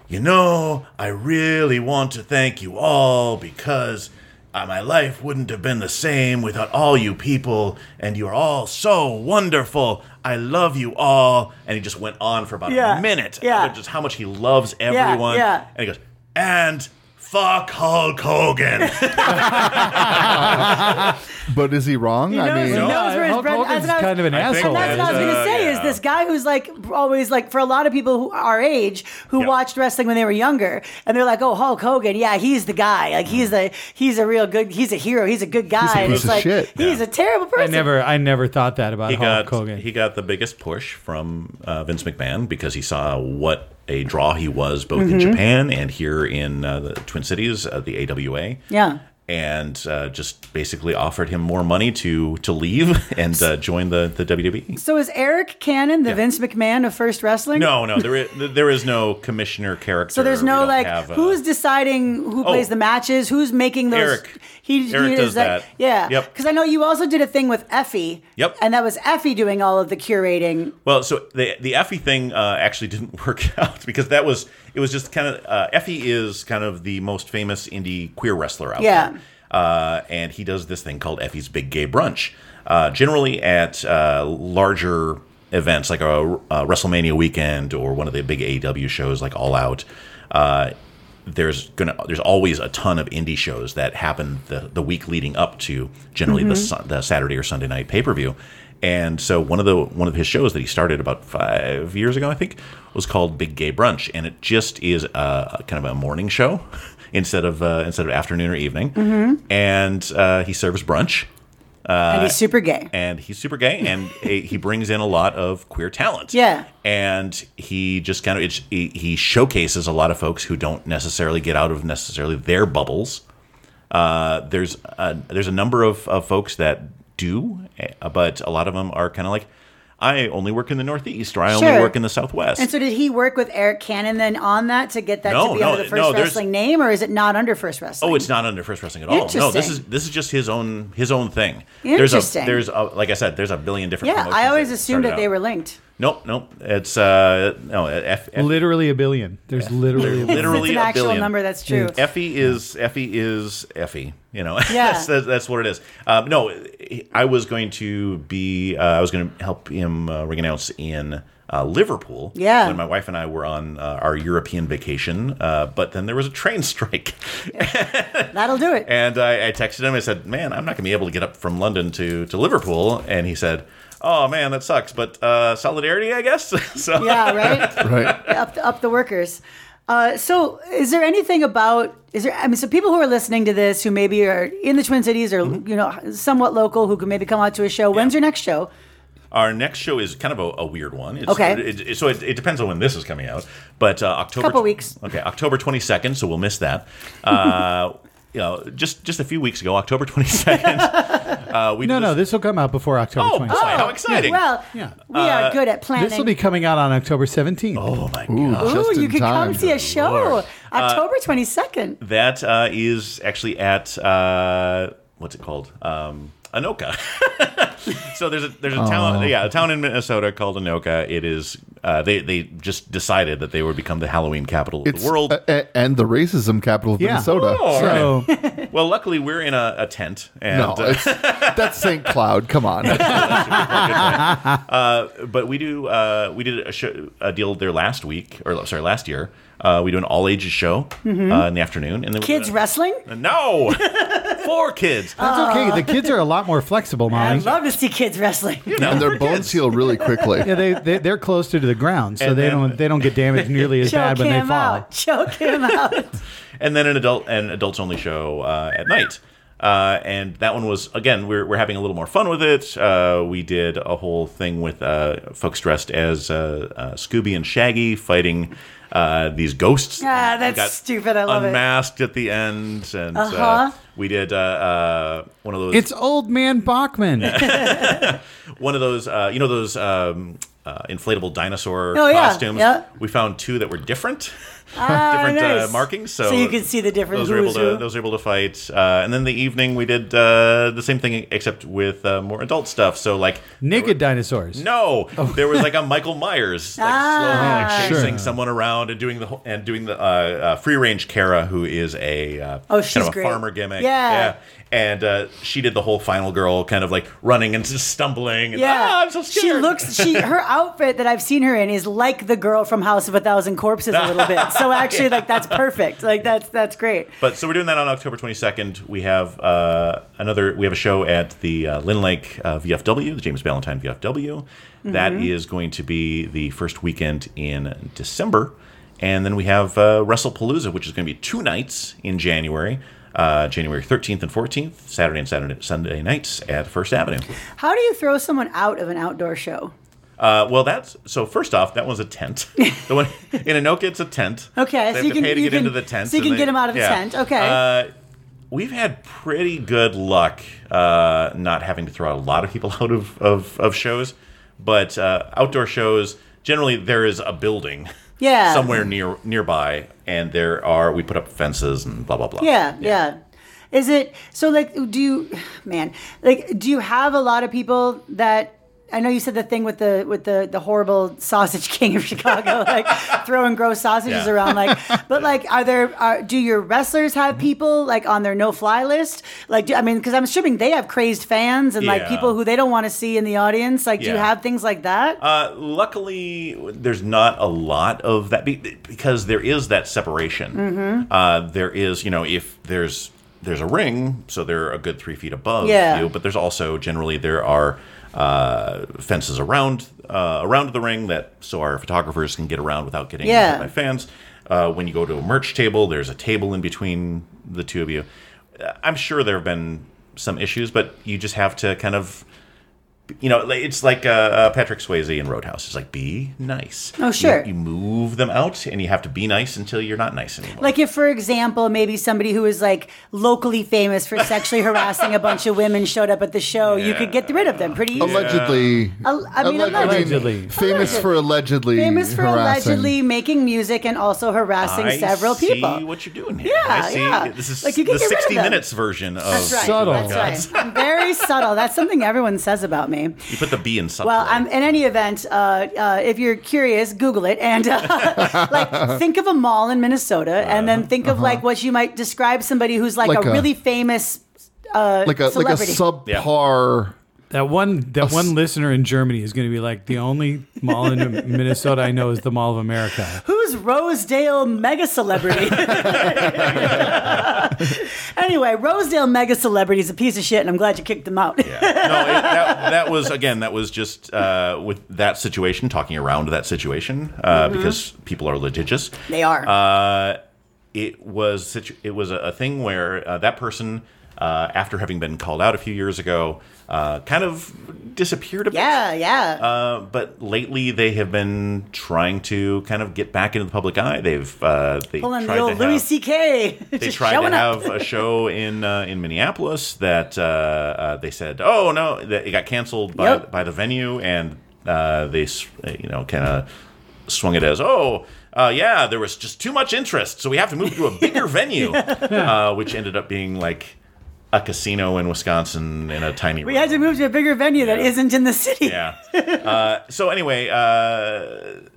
[SPEAKER 2] You know, I really want to thank you all because uh, my life wouldn't have been the same without all you people, and you're all so wonderful. I love you all. And he just went on for about
[SPEAKER 3] Yeah,
[SPEAKER 2] a minute.
[SPEAKER 3] yeah.
[SPEAKER 2] about Just how much he loves everyone.
[SPEAKER 3] yeah.
[SPEAKER 2] And he goes, and fuck Hulk Hogan.
[SPEAKER 6] But is he wrong?
[SPEAKER 3] He
[SPEAKER 6] I
[SPEAKER 3] knows-
[SPEAKER 6] mean,
[SPEAKER 3] he knows where his
[SPEAKER 1] Oh, Hulk
[SPEAKER 3] bread-
[SPEAKER 1] Hogan's
[SPEAKER 3] that's what I was-
[SPEAKER 1] kind of an
[SPEAKER 2] I think
[SPEAKER 1] asshole.
[SPEAKER 3] And that's what I was
[SPEAKER 2] Uh,
[SPEAKER 3] gonna say is
[SPEAKER 2] yeah.
[SPEAKER 3] this guy who's like always like for a lot of people who our age who
[SPEAKER 2] Yeah.
[SPEAKER 3] watched wrestling when they were younger and they're like, oh Hulk Hogan, yeah, he's the guy. Like he's the he's a real good he's a hero. He's a good guy. and
[SPEAKER 6] piece
[SPEAKER 3] it's
[SPEAKER 6] of
[SPEAKER 3] like
[SPEAKER 6] shit.
[SPEAKER 3] he's a terrible
[SPEAKER 1] I
[SPEAKER 3] person.
[SPEAKER 1] never, I never thought that about
[SPEAKER 2] he
[SPEAKER 1] Hulk
[SPEAKER 2] got
[SPEAKER 1] Hogan.
[SPEAKER 2] he got the biggest push from uh, Vince McMahon because he saw what a draw he was both
[SPEAKER 3] Mm-hmm.
[SPEAKER 2] in Japan and here in uh, the Twin Cities, uh, the AWA.
[SPEAKER 3] Yeah.
[SPEAKER 2] And uh, just basically offered him more money to to leave and uh, join the E. the WWE.
[SPEAKER 3] So is Eric Cannon the Vince McMahon of first wrestling?
[SPEAKER 2] No, no, there is, there is no commissioner character.
[SPEAKER 3] So there's
[SPEAKER 2] We
[SPEAKER 3] no
[SPEAKER 2] don't
[SPEAKER 3] like
[SPEAKER 2] have a- Oh.
[SPEAKER 3] who's deciding who plays the matches, who's making those.
[SPEAKER 2] Eric.
[SPEAKER 3] He,
[SPEAKER 2] Eric does
[SPEAKER 3] like-
[SPEAKER 2] that.
[SPEAKER 3] Yeah.
[SPEAKER 2] Yep.
[SPEAKER 3] Because I know you also did a thing with Effie.
[SPEAKER 2] Yep.
[SPEAKER 3] And that was Effie doing all of the curating.
[SPEAKER 2] Well, so the the Effie thing uh, actually didn't work out because that E was it was just kind of uh, Effie is kind of the most famous indie queer wrestler out
[SPEAKER 3] Yeah.
[SPEAKER 2] there. uh, and he does this thing called Effie's Big Gay Brunch. Uh, generally at uh, larger events like a, a WrestleMania weekend or one of the big AEW shows like All Out, uh, there's gonna there's always a ton of indie shows that happen the, the week leading up to generally the sun the Saturday or Sunday night pay per view, and so one of the one of his shows that he started about five years ago I think was called Big Gay Brunch, and it just is a, a kind of a morning show instead of uh, instead of afternoon or evening,
[SPEAKER 3] Mm-hmm.
[SPEAKER 2] and uh, he serves brunch
[SPEAKER 3] and
[SPEAKER 2] Uh,
[SPEAKER 3] he's super gay.
[SPEAKER 2] and he's super gay and he he brings in a lot of queer talent
[SPEAKER 3] Yeah.
[SPEAKER 2] and he just kind of it's, he, he showcases a lot of folks who don't necessarily get out of necessarily their bubbles uh, there's a, there's a number of, of folks that do eh, but a lot of them are kind of like i only work in the northeast or i only
[SPEAKER 3] Sure.
[SPEAKER 2] work in the southwest
[SPEAKER 3] And so, did he work with Eric Cannon then on that to get that
[SPEAKER 2] No,
[SPEAKER 3] to be
[SPEAKER 2] no,
[SPEAKER 3] under the
[SPEAKER 2] no,
[SPEAKER 3] first
[SPEAKER 2] there's-
[SPEAKER 3] wrestling name, or is it not under first wrestling?
[SPEAKER 2] Oh, it's not under first wrestling at all. No, this
[SPEAKER 3] Interesting.
[SPEAKER 2] is this is just his own his own thing.
[SPEAKER 3] Interesting.
[SPEAKER 2] There's a there's a like I said, there's a billion different.
[SPEAKER 3] yeah.
[SPEAKER 2] promotions
[SPEAKER 3] I always assumed that
[SPEAKER 2] started
[SPEAKER 3] they
[SPEAKER 2] out.
[SPEAKER 3] were linked.
[SPEAKER 2] Nope, nope. It's uh no. F, F,
[SPEAKER 1] Literally a billion. There's literally a billion.
[SPEAKER 2] literally
[SPEAKER 3] It's an
[SPEAKER 2] a
[SPEAKER 3] actual
[SPEAKER 2] billion. Mm-hmm.
[SPEAKER 3] number. That's true.
[SPEAKER 2] Effie is Effie is Effie. You know,
[SPEAKER 3] Yeah.
[SPEAKER 2] that's, that's that's what it is. Um, no, I was going to be. Uh, I was going to help him uh, ring announce in uh, Liverpool.
[SPEAKER 3] Yeah.
[SPEAKER 2] When my wife and I were on uh, our European vacation, uh, but then there was a train strike,
[SPEAKER 3] That'll do it.
[SPEAKER 2] and I, I texted him. I said, "Man, I'm not going to be able to get up from London to to Liverpool," and he said. Oh man, that sucks. But uh, solidarity, I guess. so
[SPEAKER 3] yeah. Right.
[SPEAKER 6] Right.
[SPEAKER 3] up the, up the workers. Uh, so, is there anything about? Is there? I mean, so people who are listening to this, who maybe are in the Twin Cities or
[SPEAKER 2] Mm-hmm.
[SPEAKER 3] you know somewhat local, who can maybe come out to a show. When's your next show?
[SPEAKER 2] Our next show is kind of a, a weird one. It's,
[SPEAKER 3] Okay.
[SPEAKER 2] it- it- so it, it depends on when this is coming out, but uh, October.
[SPEAKER 3] Couple weeks.
[SPEAKER 2] Okay, October twenty second. So we'll miss that. Uh, you know, just just a few weeks ago, October twenty second. Uh, we
[SPEAKER 1] No,
[SPEAKER 2] did
[SPEAKER 1] no,
[SPEAKER 2] This,
[SPEAKER 1] this will come out before October
[SPEAKER 2] oh,
[SPEAKER 1] 20th.
[SPEAKER 2] boy, how exciting! Uh,
[SPEAKER 3] Well,
[SPEAKER 1] Yeah.
[SPEAKER 3] we are good at planning.
[SPEAKER 1] This will be coming out on October 17th.
[SPEAKER 2] oh my
[SPEAKER 6] Ooh,
[SPEAKER 2] god.
[SPEAKER 6] just
[SPEAKER 3] Ooh,
[SPEAKER 6] in
[SPEAKER 3] you could
[SPEAKER 6] time.
[SPEAKER 3] come see a show
[SPEAKER 2] Lord. Uh,
[SPEAKER 3] October twenty second.
[SPEAKER 2] That uh, is actually at uh, what's it called? Um, Anoka. so there's a there's a
[SPEAKER 6] Oh.
[SPEAKER 2] town yeah a town in Minnesota called Anoka. It is uh, they they just decided that they would become the Halloween capital of
[SPEAKER 6] It's
[SPEAKER 2] the world.
[SPEAKER 6] a- a- and the racism capital of
[SPEAKER 1] Yeah.
[SPEAKER 6] Minnesota.
[SPEAKER 2] Oh,
[SPEAKER 6] So-
[SPEAKER 1] So
[SPEAKER 2] Well, luckily we're in a, a tent, and
[SPEAKER 6] no,
[SPEAKER 2] uh,
[SPEAKER 6] it's, that's St. Cloud. Come on.
[SPEAKER 2] but we do uh, we did a, show, a deal there last week or sorry last year. Uh, we do an all ages show
[SPEAKER 6] Mm-hmm.
[SPEAKER 2] uh, in the afternoon, and then we do
[SPEAKER 3] Kids
[SPEAKER 2] a-
[SPEAKER 3] wrestling.
[SPEAKER 2] No, for kids.
[SPEAKER 1] that's okay. The kids are a lot more flexible, Molly.
[SPEAKER 3] I'd love to see kids wrestling.
[SPEAKER 2] You know,
[SPEAKER 6] and
[SPEAKER 2] for
[SPEAKER 6] their bones
[SPEAKER 2] kids.
[SPEAKER 6] heal really quickly.
[SPEAKER 1] Yeah, they, they they're closer to the ground, so
[SPEAKER 2] And
[SPEAKER 1] they
[SPEAKER 2] then-
[SPEAKER 1] don't they don't get damaged nearly as
[SPEAKER 3] Choke
[SPEAKER 1] bad when they
[SPEAKER 3] him
[SPEAKER 1] fall.
[SPEAKER 3] out. Choke him out.
[SPEAKER 2] and then an adult an adults only show uh, at night. Uh, and that one was again we're, we're having a little more fun with it. Uh, we did a whole thing with uh, folks dressed as uh, uh, Scooby and Shaggy fighting uh, these ghosts.
[SPEAKER 3] Ah,
[SPEAKER 2] We
[SPEAKER 3] that's
[SPEAKER 2] got
[SPEAKER 3] stupid. I love it.
[SPEAKER 2] unmasked at the end, and uh
[SPEAKER 3] Uh-huh.
[SPEAKER 2] we did uh, uh, one of those.
[SPEAKER 1] It's old man Bachman.
[SPEAKER 2] one of those. Uh, you know those. Um, uh, inflatable dinosaur
[SPEAKER 3] Oh, yeah,
[SPEAKER 2] costumes.
[SPEAKER 3] yeah.
[SPEAKER 2] We found two that were different.
[SPEAKER 3] Ah,
[SPEAKER 2] different
[SPEAKER 3] nice.
[SPEAKER 2] uh, markings, so,
[SPEAKER 3] So you can see the difference
[SPEAKER 2] Those were
[SPEAKER 3] who
[SPEAKER 2] able
[SPEAKER 3] is
[SPEAKER 2] to
[SPEAKER 3] who.
[SPEAKER 2] those were able to fight, uh, and then the evening we did uh, the same thing except with uh, more adult stuff. So like
[SPEAKER 1] Naked dinosaurs.
[SPEAKER 2] no, there was like a Michael Myers like
[SPEAKER 3] Oh. Ah.
[SPEAKER 2] slowly like, chasing
[SPEAKER 1] Sure.
[SPEAKER 2] someone around and doing the whole, and doing the uh, uh, free range Kara, who is a uh,
[SPEAKER 3] Oh, she's
[SPEAKER 2] kind of a
[SPEAKER 3] great.
[SPEAKER 2] farmer gimmick,
[SPEAKER 3] Yeah.
[SPEAKER 2] and uh, she did the whole final girl kind of like running and just stumbling. And,
[SPEAKER 3] Yeah,
[SPEAKER 2] "Ah, I'm so scared.
[SPEAKER 3] she looks. She her outfit that I've seen her in is like the girl from House of a Thousand Corpses a little bit. So actually, like that's perfect. Like that's that's great.
[SPEAKER 2] But so we're doing that on October 22nd. We have uh, another. We have a show at the uh, Lynn Lake uh, VFW, the James Valentine VFW.
[SPEAKER 3] Mm-hmm.
[SPEAKER 2] That is going to be the first weekend in December, and then we have uh, WrestlePalooza, which is going to be two nights in January. Uh, January 13th and 14th, Saturday and Saturday, Sunday nights at First Avenue.
[SPEAKER 3] How do you throw someone out of an outdoor show?
[SPEAKER 2] Uh, well, that's so. First off, that one's a tent. The one in Anoka, it's a tent.
[SPEAKER 3] Okay,
[SPEAKER 2] they
[SPEAKER 3] so
[SPEAKER 2] have
[SPEAKER 3] you
[SPEAKER 2] to
[SPEAKER 3] can-
[SPEAKER 2] pay to
[SPEAKER 3] you
[SPEAKER 2] get into
[SPEAKER 3] can-
[SPEAKER 2] the tent.
[SPEAKER 3] so you
[SPEAKER 2] and
[SPEAKER 3] can
[SPEAKER 2] they-
[SPEAKER 3] get 'em out of the
[SPEAKER 2] yeah.
[SPEAKER 3] tent, okay.
[SPEAKER 2] Uh, we've had pretty good luck uh, not having to throw a lot of people out of of, of shows, but uh, outdoor shows generally there is a building.
[SPEAKER 3] Yeah.
[SPEAKER 2] Somewhere near nearby, and there are we put up fences and blah blah blah.
[SPEAKER 3] Yeah, yeah. Is it so? Like, do you, man? Like, do you have a lot of people that I know you said the thing with the with the the horrible sausage king of Chicago, like throwing gross sausages
[SPEAKER 2] Yeah.
[SPEAKER 3] around. Like, but like, are there are, do your wrestlers have
[SPEAKER 2] Mm-hmm.
[SPEAKER 3] people like on their no fly list? Like, do, I mean, because I'm assuming they have crazed fans and like
[SPEAKER 2] Yeah.
[SPEAKER 3] people who they don't want to see in the audience. Like, do you
[SPEAKER 2] Yeah.
[SPEAKER 3] have things like that?
[SPEAKER 2] Uh, luckily, there's not a lot of that be- because there is that separation.
[SPEAKER 3] Mm-hmm.
[SPEAKER 2] Uh, there is, you know, if there's there's a ring, so they're a good three feet above
[SPEAKER 3] Yeah.
[SPEAKER 2] you. But there's also generally there are uh, fences around uh, around the ring that so our photographers can get around without getting
[SPEAKER 3] Yeah.
[SPEAKER 2] hit by fans. Uh, when you go to a merch table, there's a table in between the two of you. Uh, I'm sure there have been some issues, but you just have to kind of you know, like- it's like uh, uh, Patrick Swayze in Roadhouse. It's like be nice.
[SPEAKER 3] Oh, sure.
[SPEAKER 2] You, you move them out, and you have to be nice until you're not nice anymore.
[SPEAKER 3] Like if, for example, maybe somebody who is like locally famous for sexually harassing a bunch of women showed up at the show, you could get rid of them pretty easily.
[SPEAKER 6] Allegedly.
[SPEAKER 3] Al- I mean, allegedly.
[SPEAKER 1] Allegedly.
[SPEAKER 6] Famous for allegedly.
[SPEAKER 3] Famous for
[SPEAKER 6] harassing.
[SPEAKER 3] allegedly making music and also harassing
[SPEAKER 2] I
[SPEAKER 3] several
[SPEAKER 2] see
[SPEAKER 3] people.
[SPEAKER 2] what you're doing here.
[SPEAKER 3] Yeah,
[SPEAKER 2] I see.
[SPEAKER 3] yeah.
[SPEAKER 2] This is
[SPEAKER 3] Like, you can
[SPEAKER 2] the
[SPEAKER 3] get rid of
[SPEAKER 2] 60
[SPEAKER 3] them.
[SPEAKER 2] minutes version of
[SPEAKER 3] That's right.
[SPEAKER 1] Subtle.
[SPEAKER 3] That's right. I'm very subtle. That's something everyone says about me.
[SPEAKER 2] You put the B in subtle.
[SPEAKER 3] Well, I'm, in any event, uh, uh, if you're curious, Google it and uh, like think of a mall in Minnesota, and then think of like what you might describe somebody who's like,
[SPEAKER 6] Uh-huh. Like
[SPEAKER 3] a,
[SPEAKER 6] a-
[SPEAKER 3] really famous. Uh,
[SPEAKER 6] Like a
[SPEAKER 3] celebrity.
[SPEAKER 6] like a subpar.
[SPEAKER 1] That one
[SPEAKER 2] Oh,
[SPEAKER 1] that one listener in Germany is going to be like the only mall in Minnesota I know is the Mall of America.
[SPEAKER 3] Who's Rosedale mega celebrity? anyway, Rosedale mega celebrity is a piece of shit, and I'm glad you kicked them out.
[SPEAKER 2] Yeah. No, it, that, that was again. That was just uh, with that situation, talking around that situation uh, because people are litigious.
[SPEAKER 3] Mm-hmm. They are.
[SPEAKER 2] Uh, it was situ- it was a, a thing where uh, that person, uh, after having been called out a few years ago, uh, kind of disappeared a bit.
[SPEAKER 3] yeah, yeah.
[SPEAKER 2] Uh, but lately, they have been trying to kind of get back into the public eye. They've uh, they
[SPEAKER 3] Pulling
[SPEAKER 2] tried
[SPEAKER 3] the old
[SPEAKER 2] to
[SPEAKER 3] Louis
[SPEAKER 2] have-
[SPEAKER 3] C.K.
[SPEAKER 2] they
[SPEAKER 3] just
[SPEAKER 2] tried
[SPEAKER 3] showing
[SPEAKER 2] to
[SPEAKER 3] up.
[SPEAKER 2] have a show in uh, in Minneapolis that uh, uh, they said, "Oh no, that it got canceled by
[SPEAKER 3] Yep.
[SPEAKER 2] by the venue," and uh, they s- uh, you know kind of swung it as, "Oh." Uh, yeah, there was just too much interest, so we have to move to a bigger venue, uh, which ended up being like a casino in Wisconsin in a tiny.
[SPEAKER 3] We had to move to a bigger venue that isn't in the city.
[SPEAKER 2] Yeah. Uh, so anyway, uh,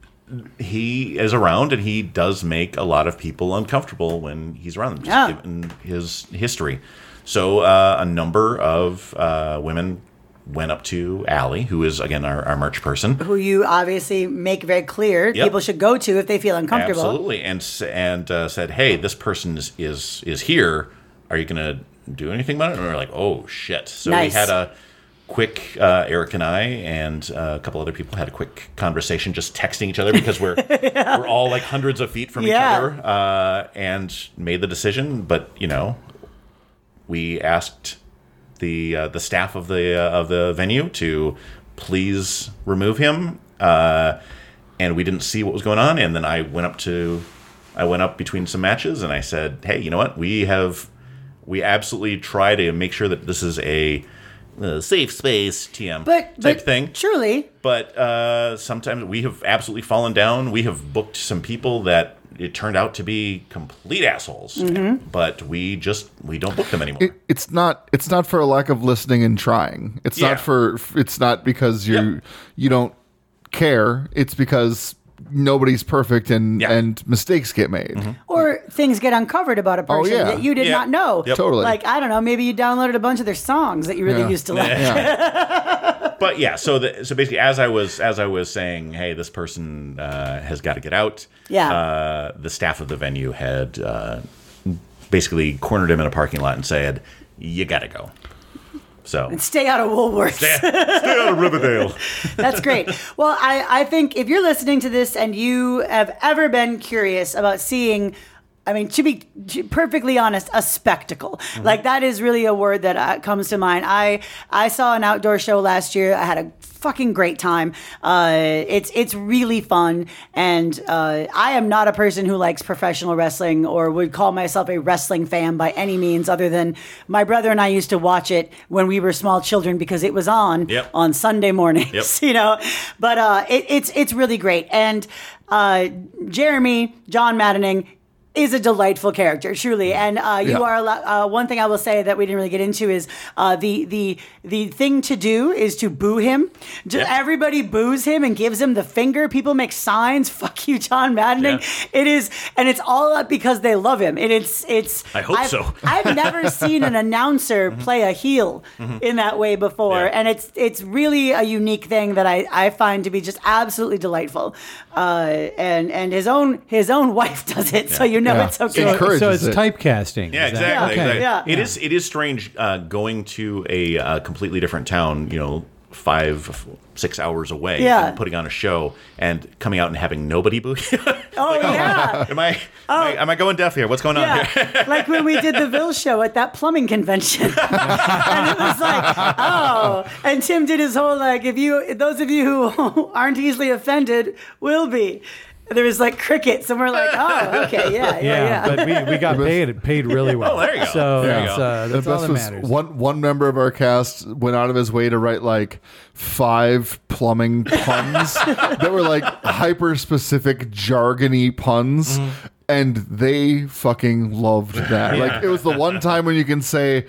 [SPEAKER 2] he is around, and he does make a lot of people uncomfortable when he's around them, just
[SPEAKER 3] Yeah.
[SPEAKER 2] given his history. So uh, a number of uh, women went up to Allie, who is again our, our merch person,
[SPEAKER 3] Who you obviously make very clear
[SPEAKER 2] Yep.
[SPEAKER 3] people should go to if they feel uncomfortable.
[SPEAKER 2] absolutely, and s- and uh, said, "Hey, this person is is, is here. Are you gonna do anything about it?" And we are like, "Oh shit!" So
[SPEAKER 3] Nice.
[SPEAKER 2] we had a quick uh, Eric and I and uh, a couple other people had a quick conversation, just texting each other because we're we're all like hundreds of feet from
[SPEAKER 3] Yeah.
[SPEAKER 2] each other, uh, and made the decision. But you know, we asked the uh, the staff of the uh, of the venue to please remove him. Uh, and we didn't see what was going on. And then I went up to, I went up between some matches, and I said, "Hey, you know what? We have, we absolutely try to make sure that this is a uh, safe space, TM
[SPEAKER 3] But,
[SPEAKER 2] type
[SPEAKER 3] but
[SPEAKER 2] thing.
[SPEAKER 3] truly,
[SPEAKER 2] But uh, sometimes we have absolutely fallen down. We have booked some people that." It turned out to be complete assholes,
[SPEAKER 3] Mm-hmm.
[SPEAKER 2] but we just we don't book them anymore.
[SPEAKER 6] It, it's not. It's not for a lack of listening and trying. It's
[SPEAKER 2] Yeah.
[SPEAKER 6] not for. It's not because you
[SPEAKER 2] Yep.
[SPEAKER 6] you don't care. It's because nobody's perfect and
[SPEAKER 2] Yeah. Mm-hmm.
[SPEAKER 6] and mistakes get made.
[SPEAKER 3] or things get uncovered about a person
[SPEAKER 6] yeah.
[SPEAKER 3] that you did
[SPEAKER 2] Yeah.
[SPEAKER 3] not know.
[SPEAKER 2] Yep.
[SPEAKER 6] Totally.
[SPEAKER 3] Like, I don't know, maybe you downloaded a bunch of their songs that you really
[SPEAKER 6] Yeah.
[SPEAKER 3] used to like.
[SPEAKER 6] Yeah.
[SPEAKER 2] but yeah, so the, so basically, as I was as I was saying, hey, this person uh, has got to get out.
[SPEAKER 3] Yeah.
[SPEAKER 2] Uh, the staff of the venue had uh, basically cornered him in a parking lot and said, "You got to go." So
[SPEAKER 3] Stay out of Woolworths.
[SPEAKER 2] out of Riverdale.
[SPEAKER 3] That's great. Well, I, I think if you're listening to this and you have ever been curious about seeing, I mean, to be to be perfectly honest, a spectacle. Like that is really a word that uh, comes to mind. I I saw an outdoor show last year. I had a fucking great time. Uh, it's it's really fun, and uh, I am not a person who likes professional wrestling or would call myself a wrestling fan by any means, other than my brother and I used to watch it when we were small children because it was on
[SPEAKER 2] Yep.
[SPEAKER 3] on on Sunday mornings, you know. But uh, it, it's it's really great. And uh, Jeremy, John Maddening, is a delightful character, truly. And uh, you
[SPEAKER 6] Yeah.
[SPEAKER 3] are allo- uh, one thing I will say that we didn't really get into is uh, the the the thing to do is to boo him. Ju-
[SPEAKER 2] Yeah.
[SPEAKER 3] Everybody boos him and gives him the finger. People make signs, "Fuck you, John Maddening."
[SPEAKER 2] Yeah.
[SPEAKER 3] It is, and it's all up because they love him. And it's it's.
[SPEAKER 2] I hope
[SPEAKER 3] I've-
[SPEAKER 2] so.
[SPEAKER 3] I've never seen an announcer play a heel in that way before,
[SPEAKER 2] Yeah.
[SPEAKER 3] and it's it's really a unique thing that I, I find to be just absolutely delightful. Uh, and and his own his own wife does it, so you know
[SPEAKER 6] Yeah.
[SPEAKER 3] it's okay.
[SPEAKER 6] Encourage-
[SPEAKER 1] So
[SPEAKER 6] encourages
[SPEAKER 1] it's
[SPEAKER 6] it.
[SPEAKER 1] typecasting.
[SPEAKER 2] Yeah,
[SPEAKER 1] Is that-
[SPEAKER 2] exactly.
[SPEAKER 3] Yeah.
[SPEAKER 2] exactly.
[SPEAKER 3] Yeah.
[SPEAKER 2] It is- It is strange uh, going to a uh, completely different town. You know, five, f- six hours away.
[SPEAKER 3] Yeah.
[SPEAKER 2] And putting on a show and coming out and having nobody boo you.
[SPEAKER 3] Oh yeah.
[SPEAKER 2] am, I, am I? Am I going deaf here? What's going on here?
[SPEAKER 3] Oh. Yeah, like when we did the Ville show at that plumbing convention, and it was like, oh. And Tim did his whole like, if you, those of you who aren't easily offended, will be. There was like crickets, and we're like, oh, okay, yeah, yeah,
[SPEAKER 1] Yeah,
[SPEAKER 3] yeah.
[SPEAKER 1] but we, we got paid paid really well.
[SPEAKER 2] Oh, there you go.
[SPEAKER 1] So
[SPEAKER 2] There you
[SPEAKER 1] that's,
[SPEAKER 2] go.
[SPEAKER 1] uh, that's
[SPEAKER 6] the
[SPEAKER 1] all
[SPEAKER 6] best
[SPEAKER 1] that
[SPEAKER 6] was
[SPEAKER 1] matters.
[SPEAKER 6] one one member of our cast went out of his way to write like five plumbing puns that were like hyper specific jargony puns.
[SPEAKER 1] Mm-hmm.
[SPEAKER 6] And they fucking loved that. Like it was the one time when you can say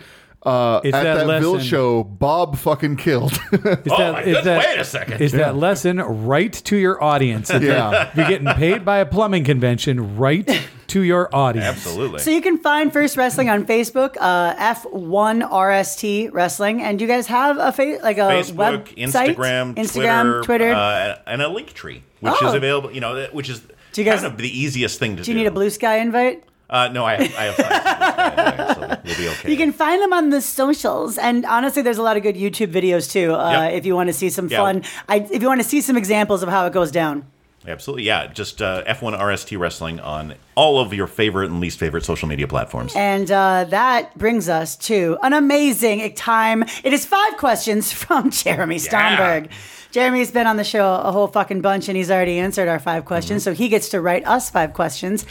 [SPEAKER 6] uh, at
[SPEAKER 1] It's that
[SPEAKER 6] that, Bill
[SPEAKER 1] lesson.
[SPEAKER 6] show, Bob fucking killed.
[SPEAKER 1] Is
[SPEAKER 2] Oh
[SPEAKER 1] that-
[SPEAKER 2] my
[SPEAKER 1] is
[SPEAKER 2] goodness!
[SPEAKER 1] that-
[SPEAKER 2] Wait a second.
[SPEAKER 1] Is that lesson right to your audience?
[SPEAKER 6] yeah,
[SPEAKER 1] You're getting paid by a plumbing convention right to your audience.
[SPEAKER 2] Absolutely.
[SPEAKER 3] So you can find First Wrestling on Facebook, uh, F1 RST Wrestling, and do you guys have a fa- like a
[SPEAKER 2] Facebook,
[SPEAKER 3] website?
[SPEAKER 2] Instagram,
[SPEAKER 3] Uh, Instagram, Twitter.
[SPEAKER 2] uh, and a link tree, which
[SPEAKER 3] Oh.
[SPEAKER 2] is available. You know, that- which is
[SPEAKER 3] Do you guys-
[SPEAKER 2] kind of the easiest thing to do.
[SPEAKER 3] do you need a blue sky invite?
[SPEAKER 2] Uh, no, I, I have five. so we'll be okay.
[SPEAKER 3] You can find them on the socials, and honestly, there's a lot of good YouTube videos too. Uh,
[SPEAKER 2] Yep.
[SPEAKER 3] If you want to see some
[SPEAKER 2] Yeah.
[SPEAKER 3] fun, I, if you want to see some examples of how it goes down.
[SPEAKER 2] Absolutely, yeah. Just uh, F1 RST Wrestling on all of your favorite and least favorite social media platforms.
[SPEAKER 3] And uh, that brings us to an amazing time. It is five questions from Jeremy Stomberg. Jeremy's been on the show a whole fucking bunch and he's already answered our five questions. So he gets to write us five questions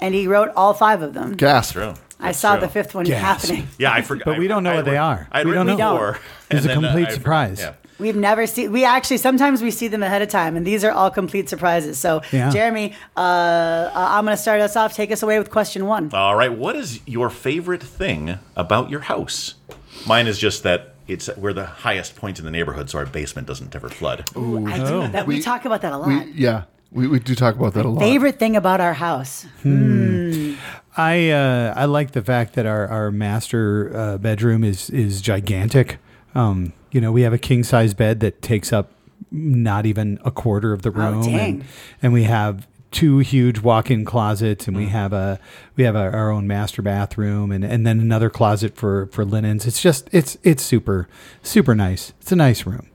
[SPEAKER 3] and he wrote all five of them.
[SPEAKER 6] gasp.
[SPEAKER 2] True.
[SPEAKER 3] I
[SPEAKER 2] That's
[SPEAKER 3] saw
[SPEAKER 2] true.
[SPEAKER 3] the fifth one
[SPEAKER 1] Gasp.
[SPEAKER 3] happening.
[SPEAKER 2] Yeah, I forgot.
[SPEAKER 1] But we don't know
[SPEAKER 2] I- I
[SPEAKER 1] what they
[SPEAKER 2] wrote-
[SPEAKER 1] are.
[SPEAKER 2] I had
[SPEAKER 1] We don't
[SPEAKER 2] written
[SPEAKER 1] know.
[SPEAKER 2] four,
[SPEAKER 1] It's
[SPEAKER 2] and
[SPEAKER 1] a
[SPEAKER 2] then, uh,
[SPEAKER 1] complete
[SPEAKER 2] I-
[SPEAKER 1] surprise.
[SPEAKER 2] yeah.
[SPEAKER 3] We've never seen, we actually, sometimes we see them ahead of time and these are all complete surprises. So,
[SPEAKER 1] Yeah.
[SPEAKER 3] Jeremy, uh, uh, I'm going to start us off. Take us away with question one.
[SPEAKER 2] All right. What is your favorite thing about your house? Mine is just that it's we're the highest point in the neighborhood, so our basement doesn't ever flood.
[SPEAKER 3] I do that. We, talk about that a lot.
[SPEAKER 6] We yeah, we, we do talk about that a lot.
[SPEAKER 3] Favorite thing about our house?
[SPEAKER 1] I uh, I like the fact that our our master uh, bedroom is is gigantic. Um, you know, we have a king size bed that takes up not even a quarter of the room,
[SPEAKER 3] dang.
[SPEAKER 1] and, and we have two huge walk-in closets, and we have a we have a, our own master bathroom, and, and then another closet for for linens. It's just it's it's super super nice. It's a nice room.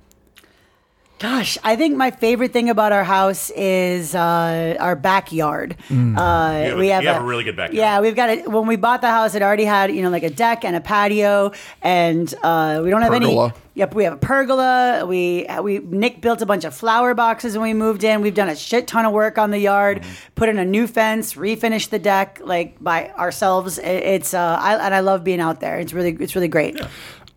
[SPEAKER 3] Gosh, I think my favorite thing about our house is uh, our backyard. Uh,
[SPEAKER 2] have a-
[SPEAKER 3] we have,
[SPEAKER 2] Mm. you have a really good backyard.
[SPEAKER 3] Yeah, we've got it. When we bought the house, it already had you know like a deck and a patio, and uh, we don't have
[SPEAKER 6] Pergola.
[SPEAKER 3] any. Yep, we have a pergola. We we Nick built a bunch of flower boxes when we moved in. We've done a shit ton of work on the yard,
[SPEAKER 2] Mm-hmm.
[SPEAKER 3] put in a new fence, refinished the deck like by ourselves. It- it's uh, I, and I love being out there. It's really it's really great.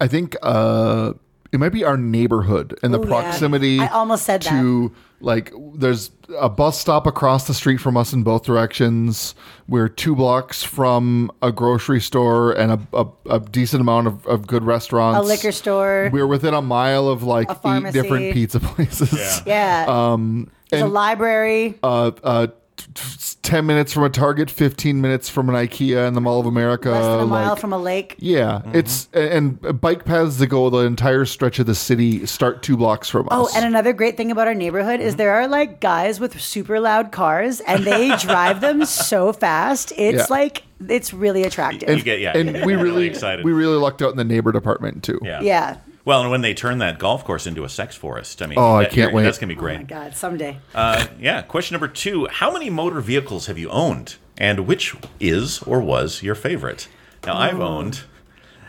[SPEAKER 6] I think uh, it might be our neighborhood and the
[SPEAKER 3] yeah.
[SPEAKER 6] proximity.
[SPEAKER 3] I almost said that.
[SPEAKER 6] to like there's a bus stop across the street from us in both directions. We're two blocks from a grocery store and a, a, a decent amount of, of good restaurants.
[SPEAKER 3] A liquor store.
[SPEAKER 6] We're within a mile of like eight
[SPEAKER 3] pharmacy.
[SPEAKER 6] different pizza places.
[SPEAKER 3] yeah. Um, There's a
[SPEAKER 6] and-
[SPEAKER 3] library.
[SPEAKER 6] Uh, uh, t- t- Ten minutes from a Target, fifteen minutes from an IKEA in the Mall of America.
[SPEAKER 3] less than a mile
[SPEAKER 6] like-
[SPEAKER 3] from a lake.
[SPEAKER 6] Yeah,
[SPEAKER 2] Mm-hmm.
[SPEAKER 6] it's and and bike paths that go the entire stretch of the city start two blocks from
[SPEAKER 3] Oh,
[SPEAKER 6] us.
[SPEAKER 3] and another great thing about our neighborhood is there are like guys with super loud cars and they drive them so fast. It's
[SPEAKER 6] Yeah.
[SPEAKER 3] like it's really attractive.
[SPEAKER 2] you get yeah. you
[SPEAKER 6] and
[SPEAKER 2] get
[SPEAKER 6] we
[SPEAKER 2] really,
[SPEAKER 6] really
[SPEAKER 2] excited.
[SPEAKER 6] we really lucked out in the neighbor department too.
[SPEAKER 2] yeah.
[SPEAKER 3] yeah.
[SPEAKER 2] Well, and when they turn that golf course into a sex forest, I mean,
[SPEAKER 6] Oh, I
[SPEAKER 2] that-
[SPEAKER 6] can't wait.
[SPEAKER 2] That's gonna be great.
[SPEAKER 3] Oh my God, someday.
[SPEAKER 2] Uh, yeah. Question number two: How many motor vehicles have you owned, and which is or was your favorite? Now, I've
[SPEAKER 3] Oh.
[SPEAKER 2] owned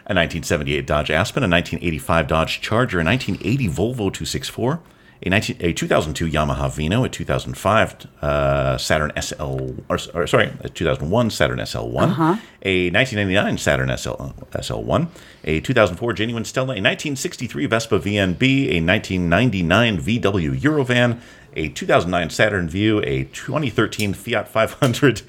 [SPEAKER 2] a 1978 Dodge Aspen, a 1985 Dodge Charger, a 1980 Volvo 264, a, 19, a 2002 Yamaha Vino, a 2005 uh, Saturn SL, or, or sorry, a 2001 Saturn SL1, a 1999 Saturn uh, SL, SL1, a 2004 Genuine Stella, a 1963 Vespa VNB, a 1999 VW Eurovan, a a 2009 Saturn Vue, a 2013 Fiat 500,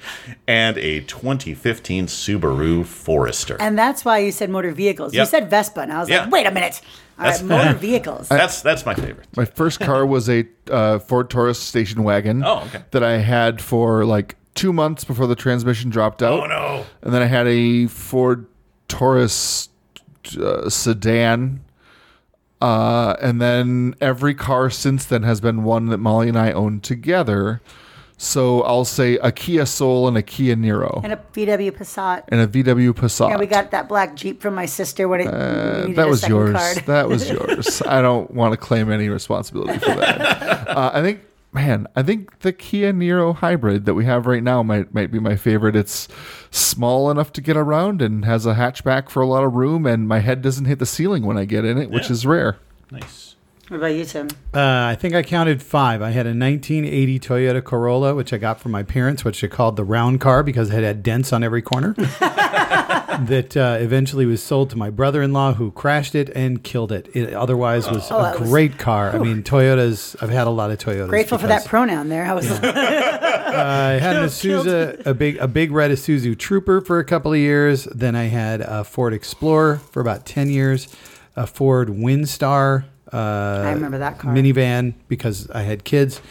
[SPEAKER 2] and a 2015 Subaru Forester.
[SPEAKER 3] And that's why you said motor vehicles.
[SPEAKER 2] Yep.
[SPEAKER 3] You said Vespa, and I was
[SPEAKER 2] Yeah.
[SPEAKER 3] like, wait a minute. All right,
[SPEAKER 2] That's-
[SPEAKER 3] motor vehicles.
[SPEAKER 2] that's that's my favorite.
[SPEAKER 6] My first car was a uh, Ford Taurus station wagon.
[SPEAKER 2] Oh, okay.
[SPEAKER 6] That I had for like two months before the transmission dropped out.
[SPEAKER 2] Oh no!
[SPEAKER 6] And then I had a Ford Taurus uh, sedan. Uh, and then every car since then has been one that Molly and I own together. So I'll say a Kia Soul and a Kia Niro
[SPEAKER 3] and a VW Passat.
[SPEAKER 6] and a VW Passat.
[SPEAKER 3] Yeah, we got that black Jeep from my sister when it needed
[SPEAKER 6] Uh, that
[SPEAKER 3] a
[SPEAKER 6] was
[SPEAKER 3] second
[SPEAKER 6] yours.
[SPEAKER 3] card.
[SPEAKER 6] That was yours. I don't want to claim any responsibility for that. Uh, I think, man, I think the Kia Niro hybrid that we have right now might might be my favorite. It's small enough to get around and has a hatchback for a lot of room, and my head doesn't hit the ceiling when I get in it, which
[SPEAKER 2] Yeah.
[SPEAKER 6] is rare.
[SPEAKER 2] Nice.
[SPEAKER 3] What about you, Tim?
[SPEAKER 1] Uh, I think I counted five. I had a 1980 Toyota Corolla, which I got from my parents, which they called the round car because it had dents on every corner. that uh, eventually was sold to my brother-in-law, who crashed it and killed it. It otherwise was a
[SPEAKER 3] Oh, that was-
[SPEAKER 1] great car. I mean, Toyotas. I've had a lot of Toyotas.
[SPEAKER 3] Grateful for
[SPEAKER 1] because-
[SPEAKER 3] that pronoun there. I was
[SPEAKER 1] I had an
[SPEAKER 3] Killed-
[SPEAKER 1] Isuzu, a big a big red Isuzu Trooper for a couple of years. Then I had a Ford Explorer for about ten years, a Ford Windstar. Uh, I
[SPEAKER 3] remember that car.
[SPEAKER 1] minivan because I had kids,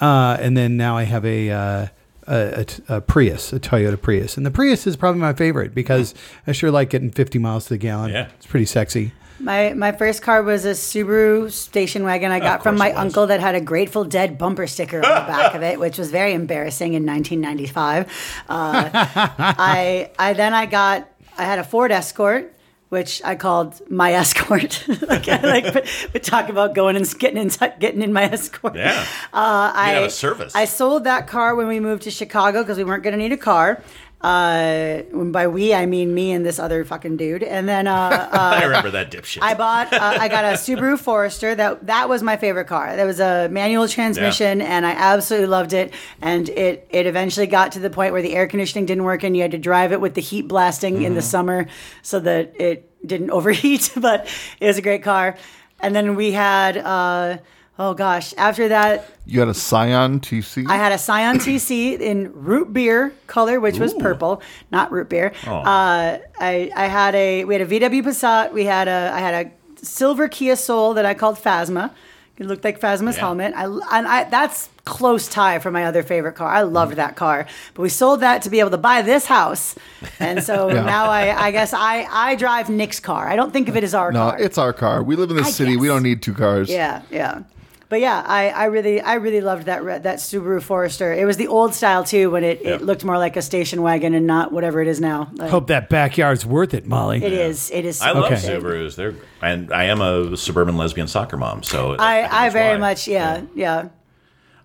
[SPEAKER 1] uh, and then now I have a. Uh, a, a t- a Prius, a Toyota Prius, and the Prius is probably my favorite because I sure like getting 50 miles to the gallon.
[SPEAKER 2] Yeah.
[SPEAKER 1] It's pretty sexy.
[SPEAKER 3] My my first car was a Subaru station wagon I got from
[SPEAKER 2] course
[SPEAKER 3] my
[SPEAKER 2] it was.
[SPEAKER 3] uncle that had a Grateful Dead bumper sticker on the back of it, which was very embarrassing in 1995. Uh, I I then I got I had a Ford Escort. Which I called my escort. like, I like but, but talk about going and getting inside, getting in my escort.
[SPEAKER 2] Yeah.
[SPEAKER 3] Uh, I
[SPEAKER 2] have a service.
[SPEAKER 3] I sold that car when we moved to Chicago because we weren't going to need a car. Uh, when by we I mean me and this other fucking dude. And then uh,
[SPEAKER 2] I remember that dipshit.
[SPEAKER 3] I bought. Uh, I got a Subaru Forester. That that was my favorite car. That was a manual transmission, and I absolutely loved it. And it it eventually got to the point where the air conditioning didn't work, and you had to drive it with the heat blasting in the summer so that it didn't overheat. But it was a great car. And then we had. Uh, Oh gosh! After that,
[SPEAKER 6] You had a Scion TC.
[SPEAKER 3] I had a Scion TC in root beer color, which was
[SPEAKER 2] Ooh. Oh.
[SPEAKER 3] purple, not root beer. Uh, I I had a we had a VW Passat. We had a I had a silver Kia Soul that I called Phasma. It looked like Phasma's
[SPEAKER 2] Yeah.
[SPEAKER 3] helmet. I and I that's close tie for my other favorite car. I loved that car, but we sold that to be able to buy this house, and so now I I guess I I drive Nick's car. I don't think of it as our
[SPEAKER 6] no,
[SPEAKER 3] car.
[SPEAKER 6] it's our car. We live in this
[SPEAKER 3] I
[SPEAKER 6] city. We
[SPEAKER 3] guess.
[SPEAKER 6] don't need two cars.
[SPEAKER 3] Yeah, yeah. But yeah, I, I really I really loved that re- that Subaru Forester. It was the old style too, when it, it looked more like a station wagon and not whatever it is now. Like,
[SPEAKER 1] Hope that backyard's worth it, Molly.
[SPEAKER 3] it is. It is.
[SPEAKER 2] Oh, I love
[SPEAKER 1] Okay.
[SPEAKER 2] Subarus. They're and I am a suburban lesbian soccer mom,
[SPEAKER 3] I,
[SPEAKER 2] so think
[SPEAKER 3] I,
[SPEAKER 2] that's
[SPEAKER 3] very
[SPEAKER 2] why.
[SPEAKER 3] much yeah yeah.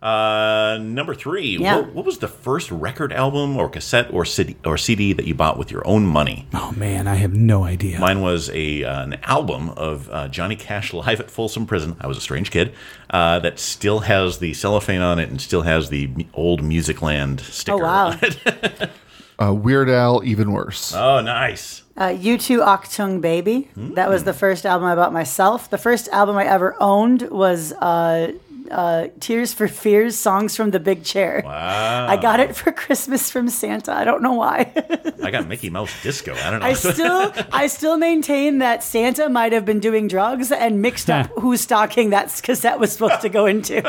[SPEAKER 2] Uh, number three.
[SPEAKER 3] Yeah.
[SPEAKER 2] What, what was the first record album or cassette or CD or CD that you bought with your own money?
[SPEAKER 1] Oh man, I have no idea.
[SPEAKER 2] Mine was a uh, an album of uh, Johnny Cash live at Folsom Prison. I was a strange kid uh, that still has the cellophane on it and still has the m- old Music Land sticker.
[SPEAKER 3] Oh wow.
[SPEAKER 2] on it.
[SPEAKER 6] Uh, Weird Al, even worse.
[SPEAKER 2] Oh, nice.
[SPEAKER 3] Uh, U2 Octung Baby.
[SPEAKER 2] Hmm.
[SPEAKER 3] That was the first album I bought myself. The first album I ever owned was uh, uh, Tears for Fears Songs from the Big Chair.
[SPEAKER 2] Wow.
[SPEAKER 3] I got it for Christmas from Santa. I don't know why.
[SPEAKER 2] I got Mickey Mouse Disco. I don't know.
[SPEAKER 3] I still I still maintain that Santa might have been doing drugs and mixed up whose stocking that cassette was supposed to go into.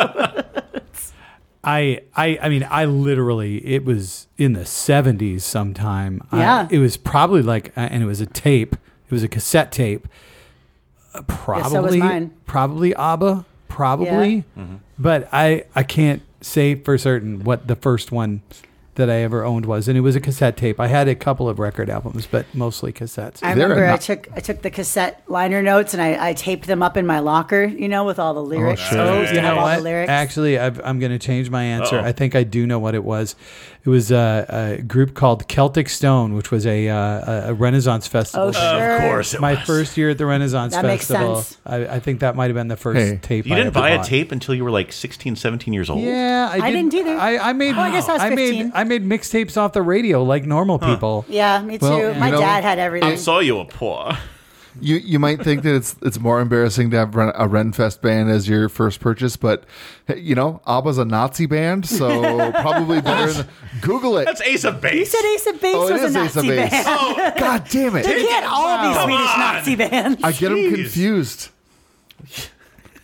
[SPEAKER 1] I, I I mean I literally it was in the 70s sometime. I-
[SPEAKER 3] Yeah.
[SPEAKER 1] it was probably like uh, and it was a tape. It was a cassette tape. Uh, Probably
[SPEAKER 3] mine.
[SPEAKER 1] probably ABBA, probably. But I I can't say for certain what the first one that I ever owned was and it was a cassette tape. I had a couple of record albums, but mostly cassettes.
[SPEAKER 3] I
[SPEAKER 6] They're
[SPEAKER 3] remember I
[SPEAKER 6] not-
[SPEAKER 3] took I took the cassette liner notes and I, I taped them up in my locker, you know, with all the lyrics.
[SPEAKER 1] Oh,
[SPEAKER 3] Taped
[SPEAKER 1] you know
[SPEAKER 3] up all the
[SPEAKER 1] what?
[SPEAKER 3] lyrics.
[SPEAKER 1] Actually, I've, I'm going to change my answer. I think I do know what it was. It was uh, a, a group called Celtic Stone, which was a, uh, a- a Renaissance festival.
[SPEAKER 3] oh, sure.
[SPEAKER 2] of course, it
[SPEAKER 1] My
[SPEAKER 2] was.
[SPEAKER 1] first year at the Renaissance
[SPEAKER 3] That makes
[SPEAKER 1] Festival.
[SPEAKER 3] sense.
[SPEAKER 1] I, I think that might have been the first
[SPEAKER 6] Hey.
[SPEAKER 1] tape.
[SPEAKER 2] You
[SPEAKER 1] I
[SPEAKER 2] didn't
[SPEAKER 1] ever
[SPEAKER 2] buy a
[SPEAKER 1] bought.
[SPEAKER 2] tape until you were like 16, 17 years old.
[SPEAKER 1] Yeah, I,
[SPEAKER 3] I didn't either.
[SPEAKER 1] I, I made.
[SPEAKER 3] Oh, I guess I was
[SPEAKER 1] made.
[SPEAKER 3] 15.
[SPEAKER 1] I made mixtapes off the radio like normal people.
[SPEAKER 3] Yeah, me too.
[SPEAKER 6] Well, you
[SPEAKER 3] my
[SPEAKER 6] know-
[SPEAKER 3] dad had everything.
[SPEAKER 2] I saw you a poor.
[SPEAKER 6] you you might think that it's it's more embarrassing to have Ren- a Renfest band as your first purchase, but hey, you know ABBA's a Nazi band, so probably better. than, Google it.
[SPEAKER 2] That's Ace of Base.
[SPEAKER 3] You said Ace of Base
[SPEAKER 6] oh, it
[SPEAKER 3] was a
[SPEAKER 6] is Ace
[SPEAKER 3] Nazi
[SPEAKER 6] of Base.
[SPEAKER 3] band.
[SPEAKER 6] God damn it!
[SPEAKER 3] They can't all be
[SPEAKER 2] Oh, Come
[SPEAKER 3] Swedish
[SPEAKER 2] on.
[SPEAKER 3] Nazi bands.
[SPEAKER 6] I get them
[SPEAKER 2] Jeez.
[SPEAKER 6] confused.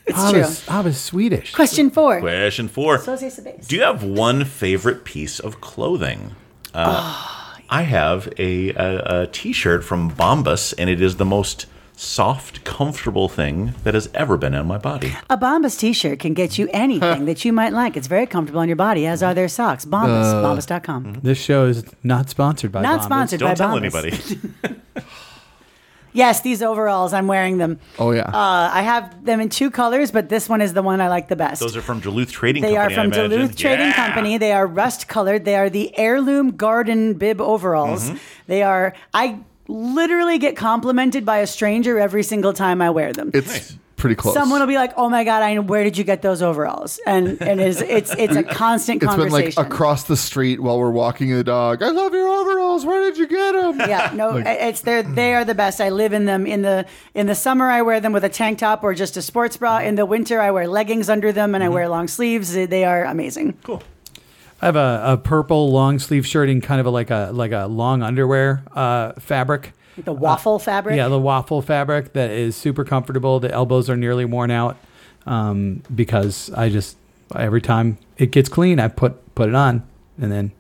[SPEAKER 3] it's true.
[SPEAKER 1] Abba's, Abba's Swedish.
[SPEAKER 3] Question four.
[SPEAKER 2] Question four.
[SPEAKER 3] So is Ace of Base.
[SPEAKER 2] Do you have one favorite piece of clothing? Uh, I have a, a, a T-shirt from Bombas, and it is the most soft, comfortable thing that has ever been on my body.
[SPEAKER 3] A Bombas t-shirt can get you anything that you might like. It's very comfortable on your body, as are their socks. Bombas.
[SPEAKER 6] Uh,
[SPEAKER 3] Bombas.com.
[SPEAKER 1] This show is not sponsored by
[SPEAKER 3] Not
[SPEAKER 1] Bombas.
[SPEAKER 3] sponsored by
[SPEAKER 2] Don't tell
[SPEAKER 3] Bombas.
[SPEAKER 2] anybody.
[SPEAKER 3] Yes, these overalls. I'm wearing them.
[SPEAKER 6] Oh yeah.
[SPEAKER 3] Uh, I have them in two colors, but this one is the one I like the best.
[SPEAKER 2] Those are from Duluth Trading
[SPEAKER 3] They
[SPEAKER 2] Company.
[SPEAKER 3] are from
[SPEAKER 2] I imagine.
[SPEAKER 3] Duluth Trading
[SPEAKER 2] Yeah!
[SPEAKER 3] Company. They are rust colored. They are the heirloom garden bib
[SPEAKER 2] Mm-hmm.
[SPEAKER 3] overalls. They are. I literally get complimented by a stranger every single time I wear them.
[SPEAKER 6] it's pretty close.
[SPEAKER 3] Someone will be like, "Oh my god, I where did you get those overalls?" And and it's it's it's a constant
[SPEAKER 6] it's been
[SPEAKER 3] conversation.
[SPEAKER 6] like across the street while we're walking the dog. I love your overalls. Where did you get them?
[SPEAKER 3] yeah, no, it's they're they are the best. I live in them. In the in the summer, I wear them with a tank top or just a sports bra. In the winter, I wear leggings under them and I wear long sleeves. They- They are amazing.
[SPEAKER 1] I have a, a purple long sleeve shirt in kind of a, like a like a long underwear uh, fabric.
[SPEAKER 3] The waffle fabric.
[SPEAKER 1] Yeah, the waffle fabric that is super comfortable. The elbows are nearly worn out um, because I just every time it gets clean, I put put it on and then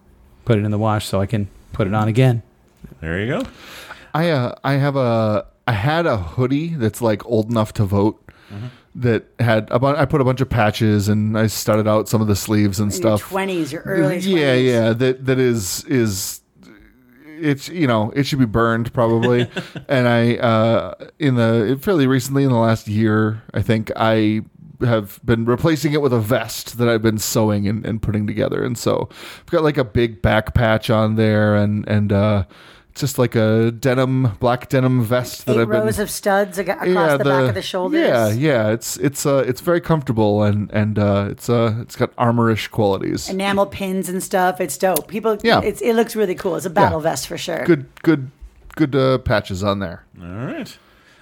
[SPEAKER 1] put it in the wash so I can put it on again.
[SPEAKER 2] There you go.
[SPEAKER 6] I uh, I have a I had a hoodie that's like old enough to vote
[SPEAKER 3] Mm-hmm.
[SPEAKER 6] that had a bunch. I put a bunch of patches and I studded out some of the sleeves and
[SPEAKER 3] your
[SPEAKER 6] stuff.
[SPEAKER 3] twenties, your early. 20s.
[SPEAKER 6] yeah, yeah. That that is is it's you know it should be burned probably. and I uh, in the fairly recently in the last year, I think I have been replacing it with a vest that I've been sewing and, and putting together. And so I've got like a big back patch on there and and uh, it's just like a denim black denim vest that
[SPEAKER 3] Eight
[SPEAKER 6] I've been
[SPEAKER 3] rows of studs ag- across the, back of the shoulders.
[SPEAKER 6] Yeah, yeah. It's it's uh it's very comfortable and and uh, it's uh it's got armorish qualities.
[SPEAKER 3] Enamel pins and stuff. It's dope. People.
[SPEAKER 6] Yeah.
[SPEAKER 3] It's, it looks really cool. It's a battle vest for sure.
[SPEAKER 6] good good good uh, patches on there.
[SPEAKER 2] All right.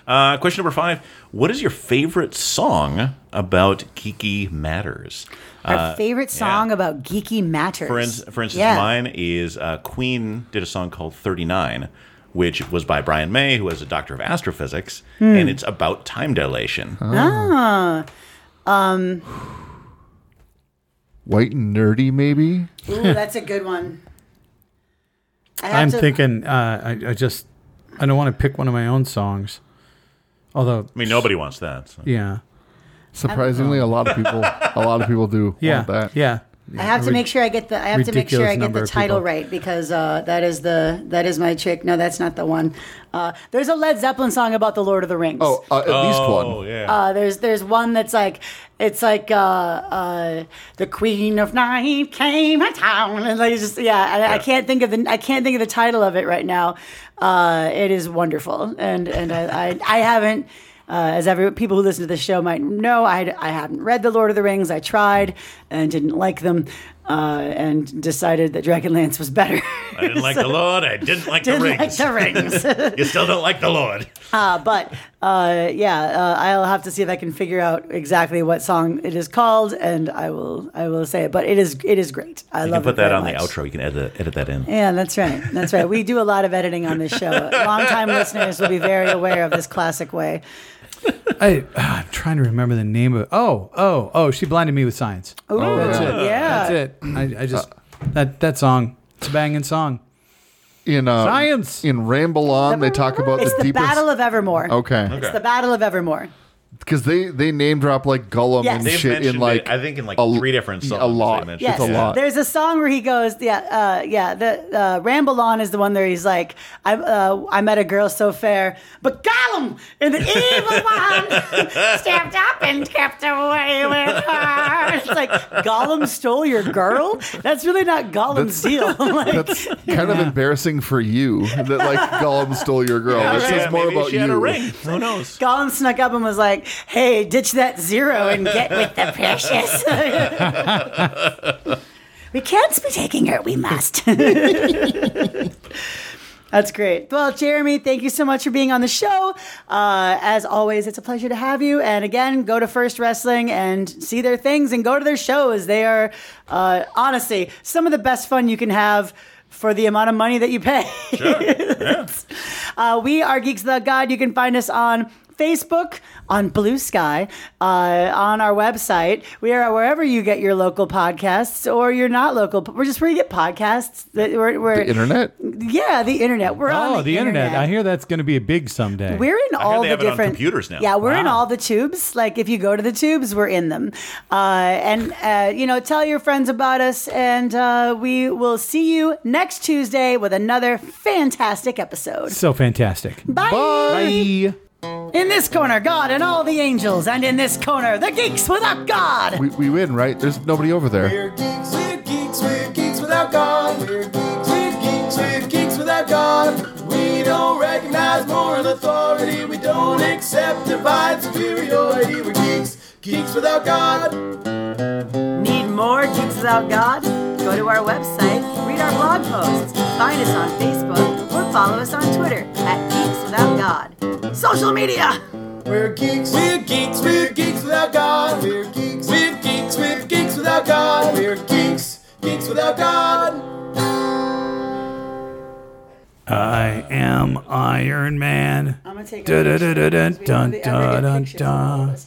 [SPEAKER 2] Uh, question number five. What is your favorite song about geeky matters?
[SPEAKER 3] Our favorite song
[SPEAKER 2] Uh, yeah.
[SPEAKER 3] about geeky matters.
[SPEAKER 2] For, in, for instance,
[SPEAKER 3] Yeah.
[SPEAKER 2] mine is uh, Queen did a song called 39, which was by Brian May, who is a doctor of astrophysics,
[SPEAKER 6] Hmm.
[SPEAKER 2] and it's about time dilation.
[SPEAKER 6] White and nerdy, maybe.
[SPEAKER 3] Ooh, that's a good one. I have
[SPEAKER 1] I'm
[SPEAKER 3] to-
[SPEAKER 1] thinking uh, I, I just I don't want to pick one of my own songs, although
[SPEAKER 2] I mean, nobody wants that. so.
[SPEAKER 1] yeah
[SPEAKER 6] Surprisingly, a lot of people a lot of people do
[SPEAKER 1] yeah
[SPEAKER 6] want that.
[SPEAKER 1] yeah
[SPEAKER 3] I have to
[SPEAKER 1] Rid-
[SPEAKER 3] make sure I get the. I have to make sure
[SPEAKER 1] ridiculous
[SPEAKER 3] I get
[SPEAKER 1] number
[SPEAKER 3] the
[SPEAKER 1] of
[SPEAKER 3] title
[SPEAKER 1] people.
[SPEAKER 3] right because uh, that is the that is my trick. No, that's not the one. Uh, there's a Led Zeppelin song about the Lord of the Rings.
[SPEAKER 6] Oh, uh, at least
[SPEAKER 2] Oh,
[SPEAKER 6] one.
[SPEAKER 2] yeah.
[SPEAKER 3] Uh, there's there's one that's like it's like uh, uh, the Queen of Night came to town and like it's just yeah I, I can't think of the I can't think of the title of it right now. Uh, it is wonderful and and I I, I haven't. Uh, as every people who listen to this show might know, I, I haven't read The Lord of the Rings. I tried and didn't like them, uh, and decided that Dragonlance was better.
[SPEAKER 2] I didn't like the Lord. I didn't like
[SPEAKER 3] didn't
[SPEAKER 2] the rings.
[SPEAKER 3] like the rings.
[SPEAKER 2] you still don't like the Lord.
[SPEAKER 3] Uh, but uh, yeah, uh, I'll have to see if I can figure out exactly what song it is called, and I will I will say it. But it is it is great. I
[SPEAKER 2] You
[SPEAKER 3] love
[SPEAKER 2] can put
[SPEAKER 3] it
[SPEAKER 2] that
[SPEAKER 3] very
[SPEAKER 2] on the
[SPEAKER 3] much.
[SPEAKER 2] outro. You can edit, edit that in.
[SPEAKER 3] Yeah, that's right. That's right. We do a lot of editing on this show. Longtime listeners will be very aware of this classic way.
[SPEAKER 1] I I'm trying to remember the name of oh oh oh she blinded me with science
[SPEAKER 3] Ooh,
[SPEAKER 6] Oh, that's
[SPEAKER 1] it.
[SPEAKER 3] Yeah.
[SPEAKER 1] that's it I, I
[SPEAKER 6] Uh.
[SPEAKER 1] just that that song it's a banging song
[SPEAKER 6] In uh,
[SPEAKER 1] Science!
[SPEAKER 6] in Ramble On, they talk about
[SPEAKER 3] It's
[SPEAKER 6] the,
[SPEAKER 3] the
[SPEAKER 6] deepest.
[SPEAKER 3] Battle of Evermore.
[SPEAKER 6] okay,
[SPEAKER 3] It's the Battle of Evermore.
[SPEAKER 6] because they they name drop like Gollum
[SPEAKER 3] Yes.
[SPEAKER 6] and
[SPEAKER 3] They've
[SPEAKER 6] shit in
[SPEAKER 2] mentioned
[SPEAKER 6] like
[SPEAKER 2] it, I think in, like,
[SPEAKER 6] a-
[SPEAKER 2] three different
[SPEAKER 6] yeah,
[SPEAKER 2] songs
[SPEAKER 6] A
[SPEAKER 2] they
[SPEAKER 6] lot.
[SPEAKER 2] mentioned
[SPEAKER 6] It's a
[SPEAKER 2] it.
[SPEAKER 6] lot.
[SPEAKER 3] There's a song where he goes, yeah, uh, yeah. The uh, Ramble On is the one where he's like, I, uh, I met a girl so fair, but Gollum and the evil one stepped up and kept away with her. It's like Gollum stole your girl. That's really not Gollum's
[SPEAKER 6] That's-
[SPEAKER 3] deal. like,
[SPEAKER 6] That's kind of embarrassing for you that like Gollum stole your girl.
[SPEAKER 2] Yeah,
[SPEAKER 6] It says
[SPEAKER 2] yeah,
[SPEAKER 6] more
[SPEAKER 2] maybe
[SPEAKER 6] about
[SPEAKER 2] she
[SPEAKER 6] you.
[SPEAKER 2] had a ring. Who knows?
[SPEAKER 3] Gollum snuck up and was like, "Hey, ditch that zero and get with the precious." we can't be taking her. We must. That's great. Well, Jeremy, thank you so much for being on the show. Uh, as always, it's a pleasure to have you. And again, go to First Wrestling and see their things and go to their shows. They are uh, honestly some of the best fun you can have for the amount of money that you pay. Uh, we are Geeks of the God. You can find us on Facebook, on Blue Sky, uh, on our website. We are wherever you get your local podcasts or you're not local. We're just where you get podcasts. That we're, we're,
[SPEAKER 6] The internet?
[SPEAKER 3] yeah, the internet. We're on
[SPEAKER 1] Oh,
[SPEAKER 3] the,
[SPEAKER 1] the, internet. I hear that's going to be a big someday.
[SPEAKER 3] we're in
[SPEAKER 2] I hear
[SPEAKER 3] all
[SPEAKER 2] they
[SPEAKER 3] the
[SPEAKER 2] have it on
[SPEAKER 3] different
[SPEAKER 2] computers now.
[SPEAKER 3] Yeah, we're in
[SPEAKER 1] Wow.
[SPEAKER 3] all the tubes. Like if you go to the tubes, we're in them. Uh, and uh, you know, tell your friends about us, and uh, we will see you next Tuesday with another fantastic episode.
[SPEAKER 1] so fantastic. Bye.
[SPEAKER 3] In this corner, God and all the angels, and in this corner, the geeks without God.
[SPEAKER 6] We, we win, right? There's nobody over there.
[SPEAKER 4] We're geeks, we're geeks, we're geeks without God. We're geeks, we're geeks, we're geeks without God. We don't recognize moral authority. We don't accept divine superiority. We're geeks, geeks without God.
[SPEAKER 7] Need more Geeks Without God? Go to our website, read our blog posts, find us on Facebook, or follow us on Twitter at Geeks Without God. Social media!
[SPEAKER 4] We're geeks. We're geeks. We're geeks without God. We're geeks. We're geeks. We're geeks without God. We're geeks. Geeks without God.
[SPEAKER 1] I am Iron Man.
[SPEAKER 3] I'm gonna take a
[SPEAKER 1] Dun, dun,
[SPEAKER 3] picture
[SPEAKER 1] dun, dun,
[SPEAKER 3] because we don't
[SPEAKER 1] dun, dun,
[SPEAKER 3] really ever get pictures of all of
[SPEAKER 1] dun.
[SPEAKER 3] us.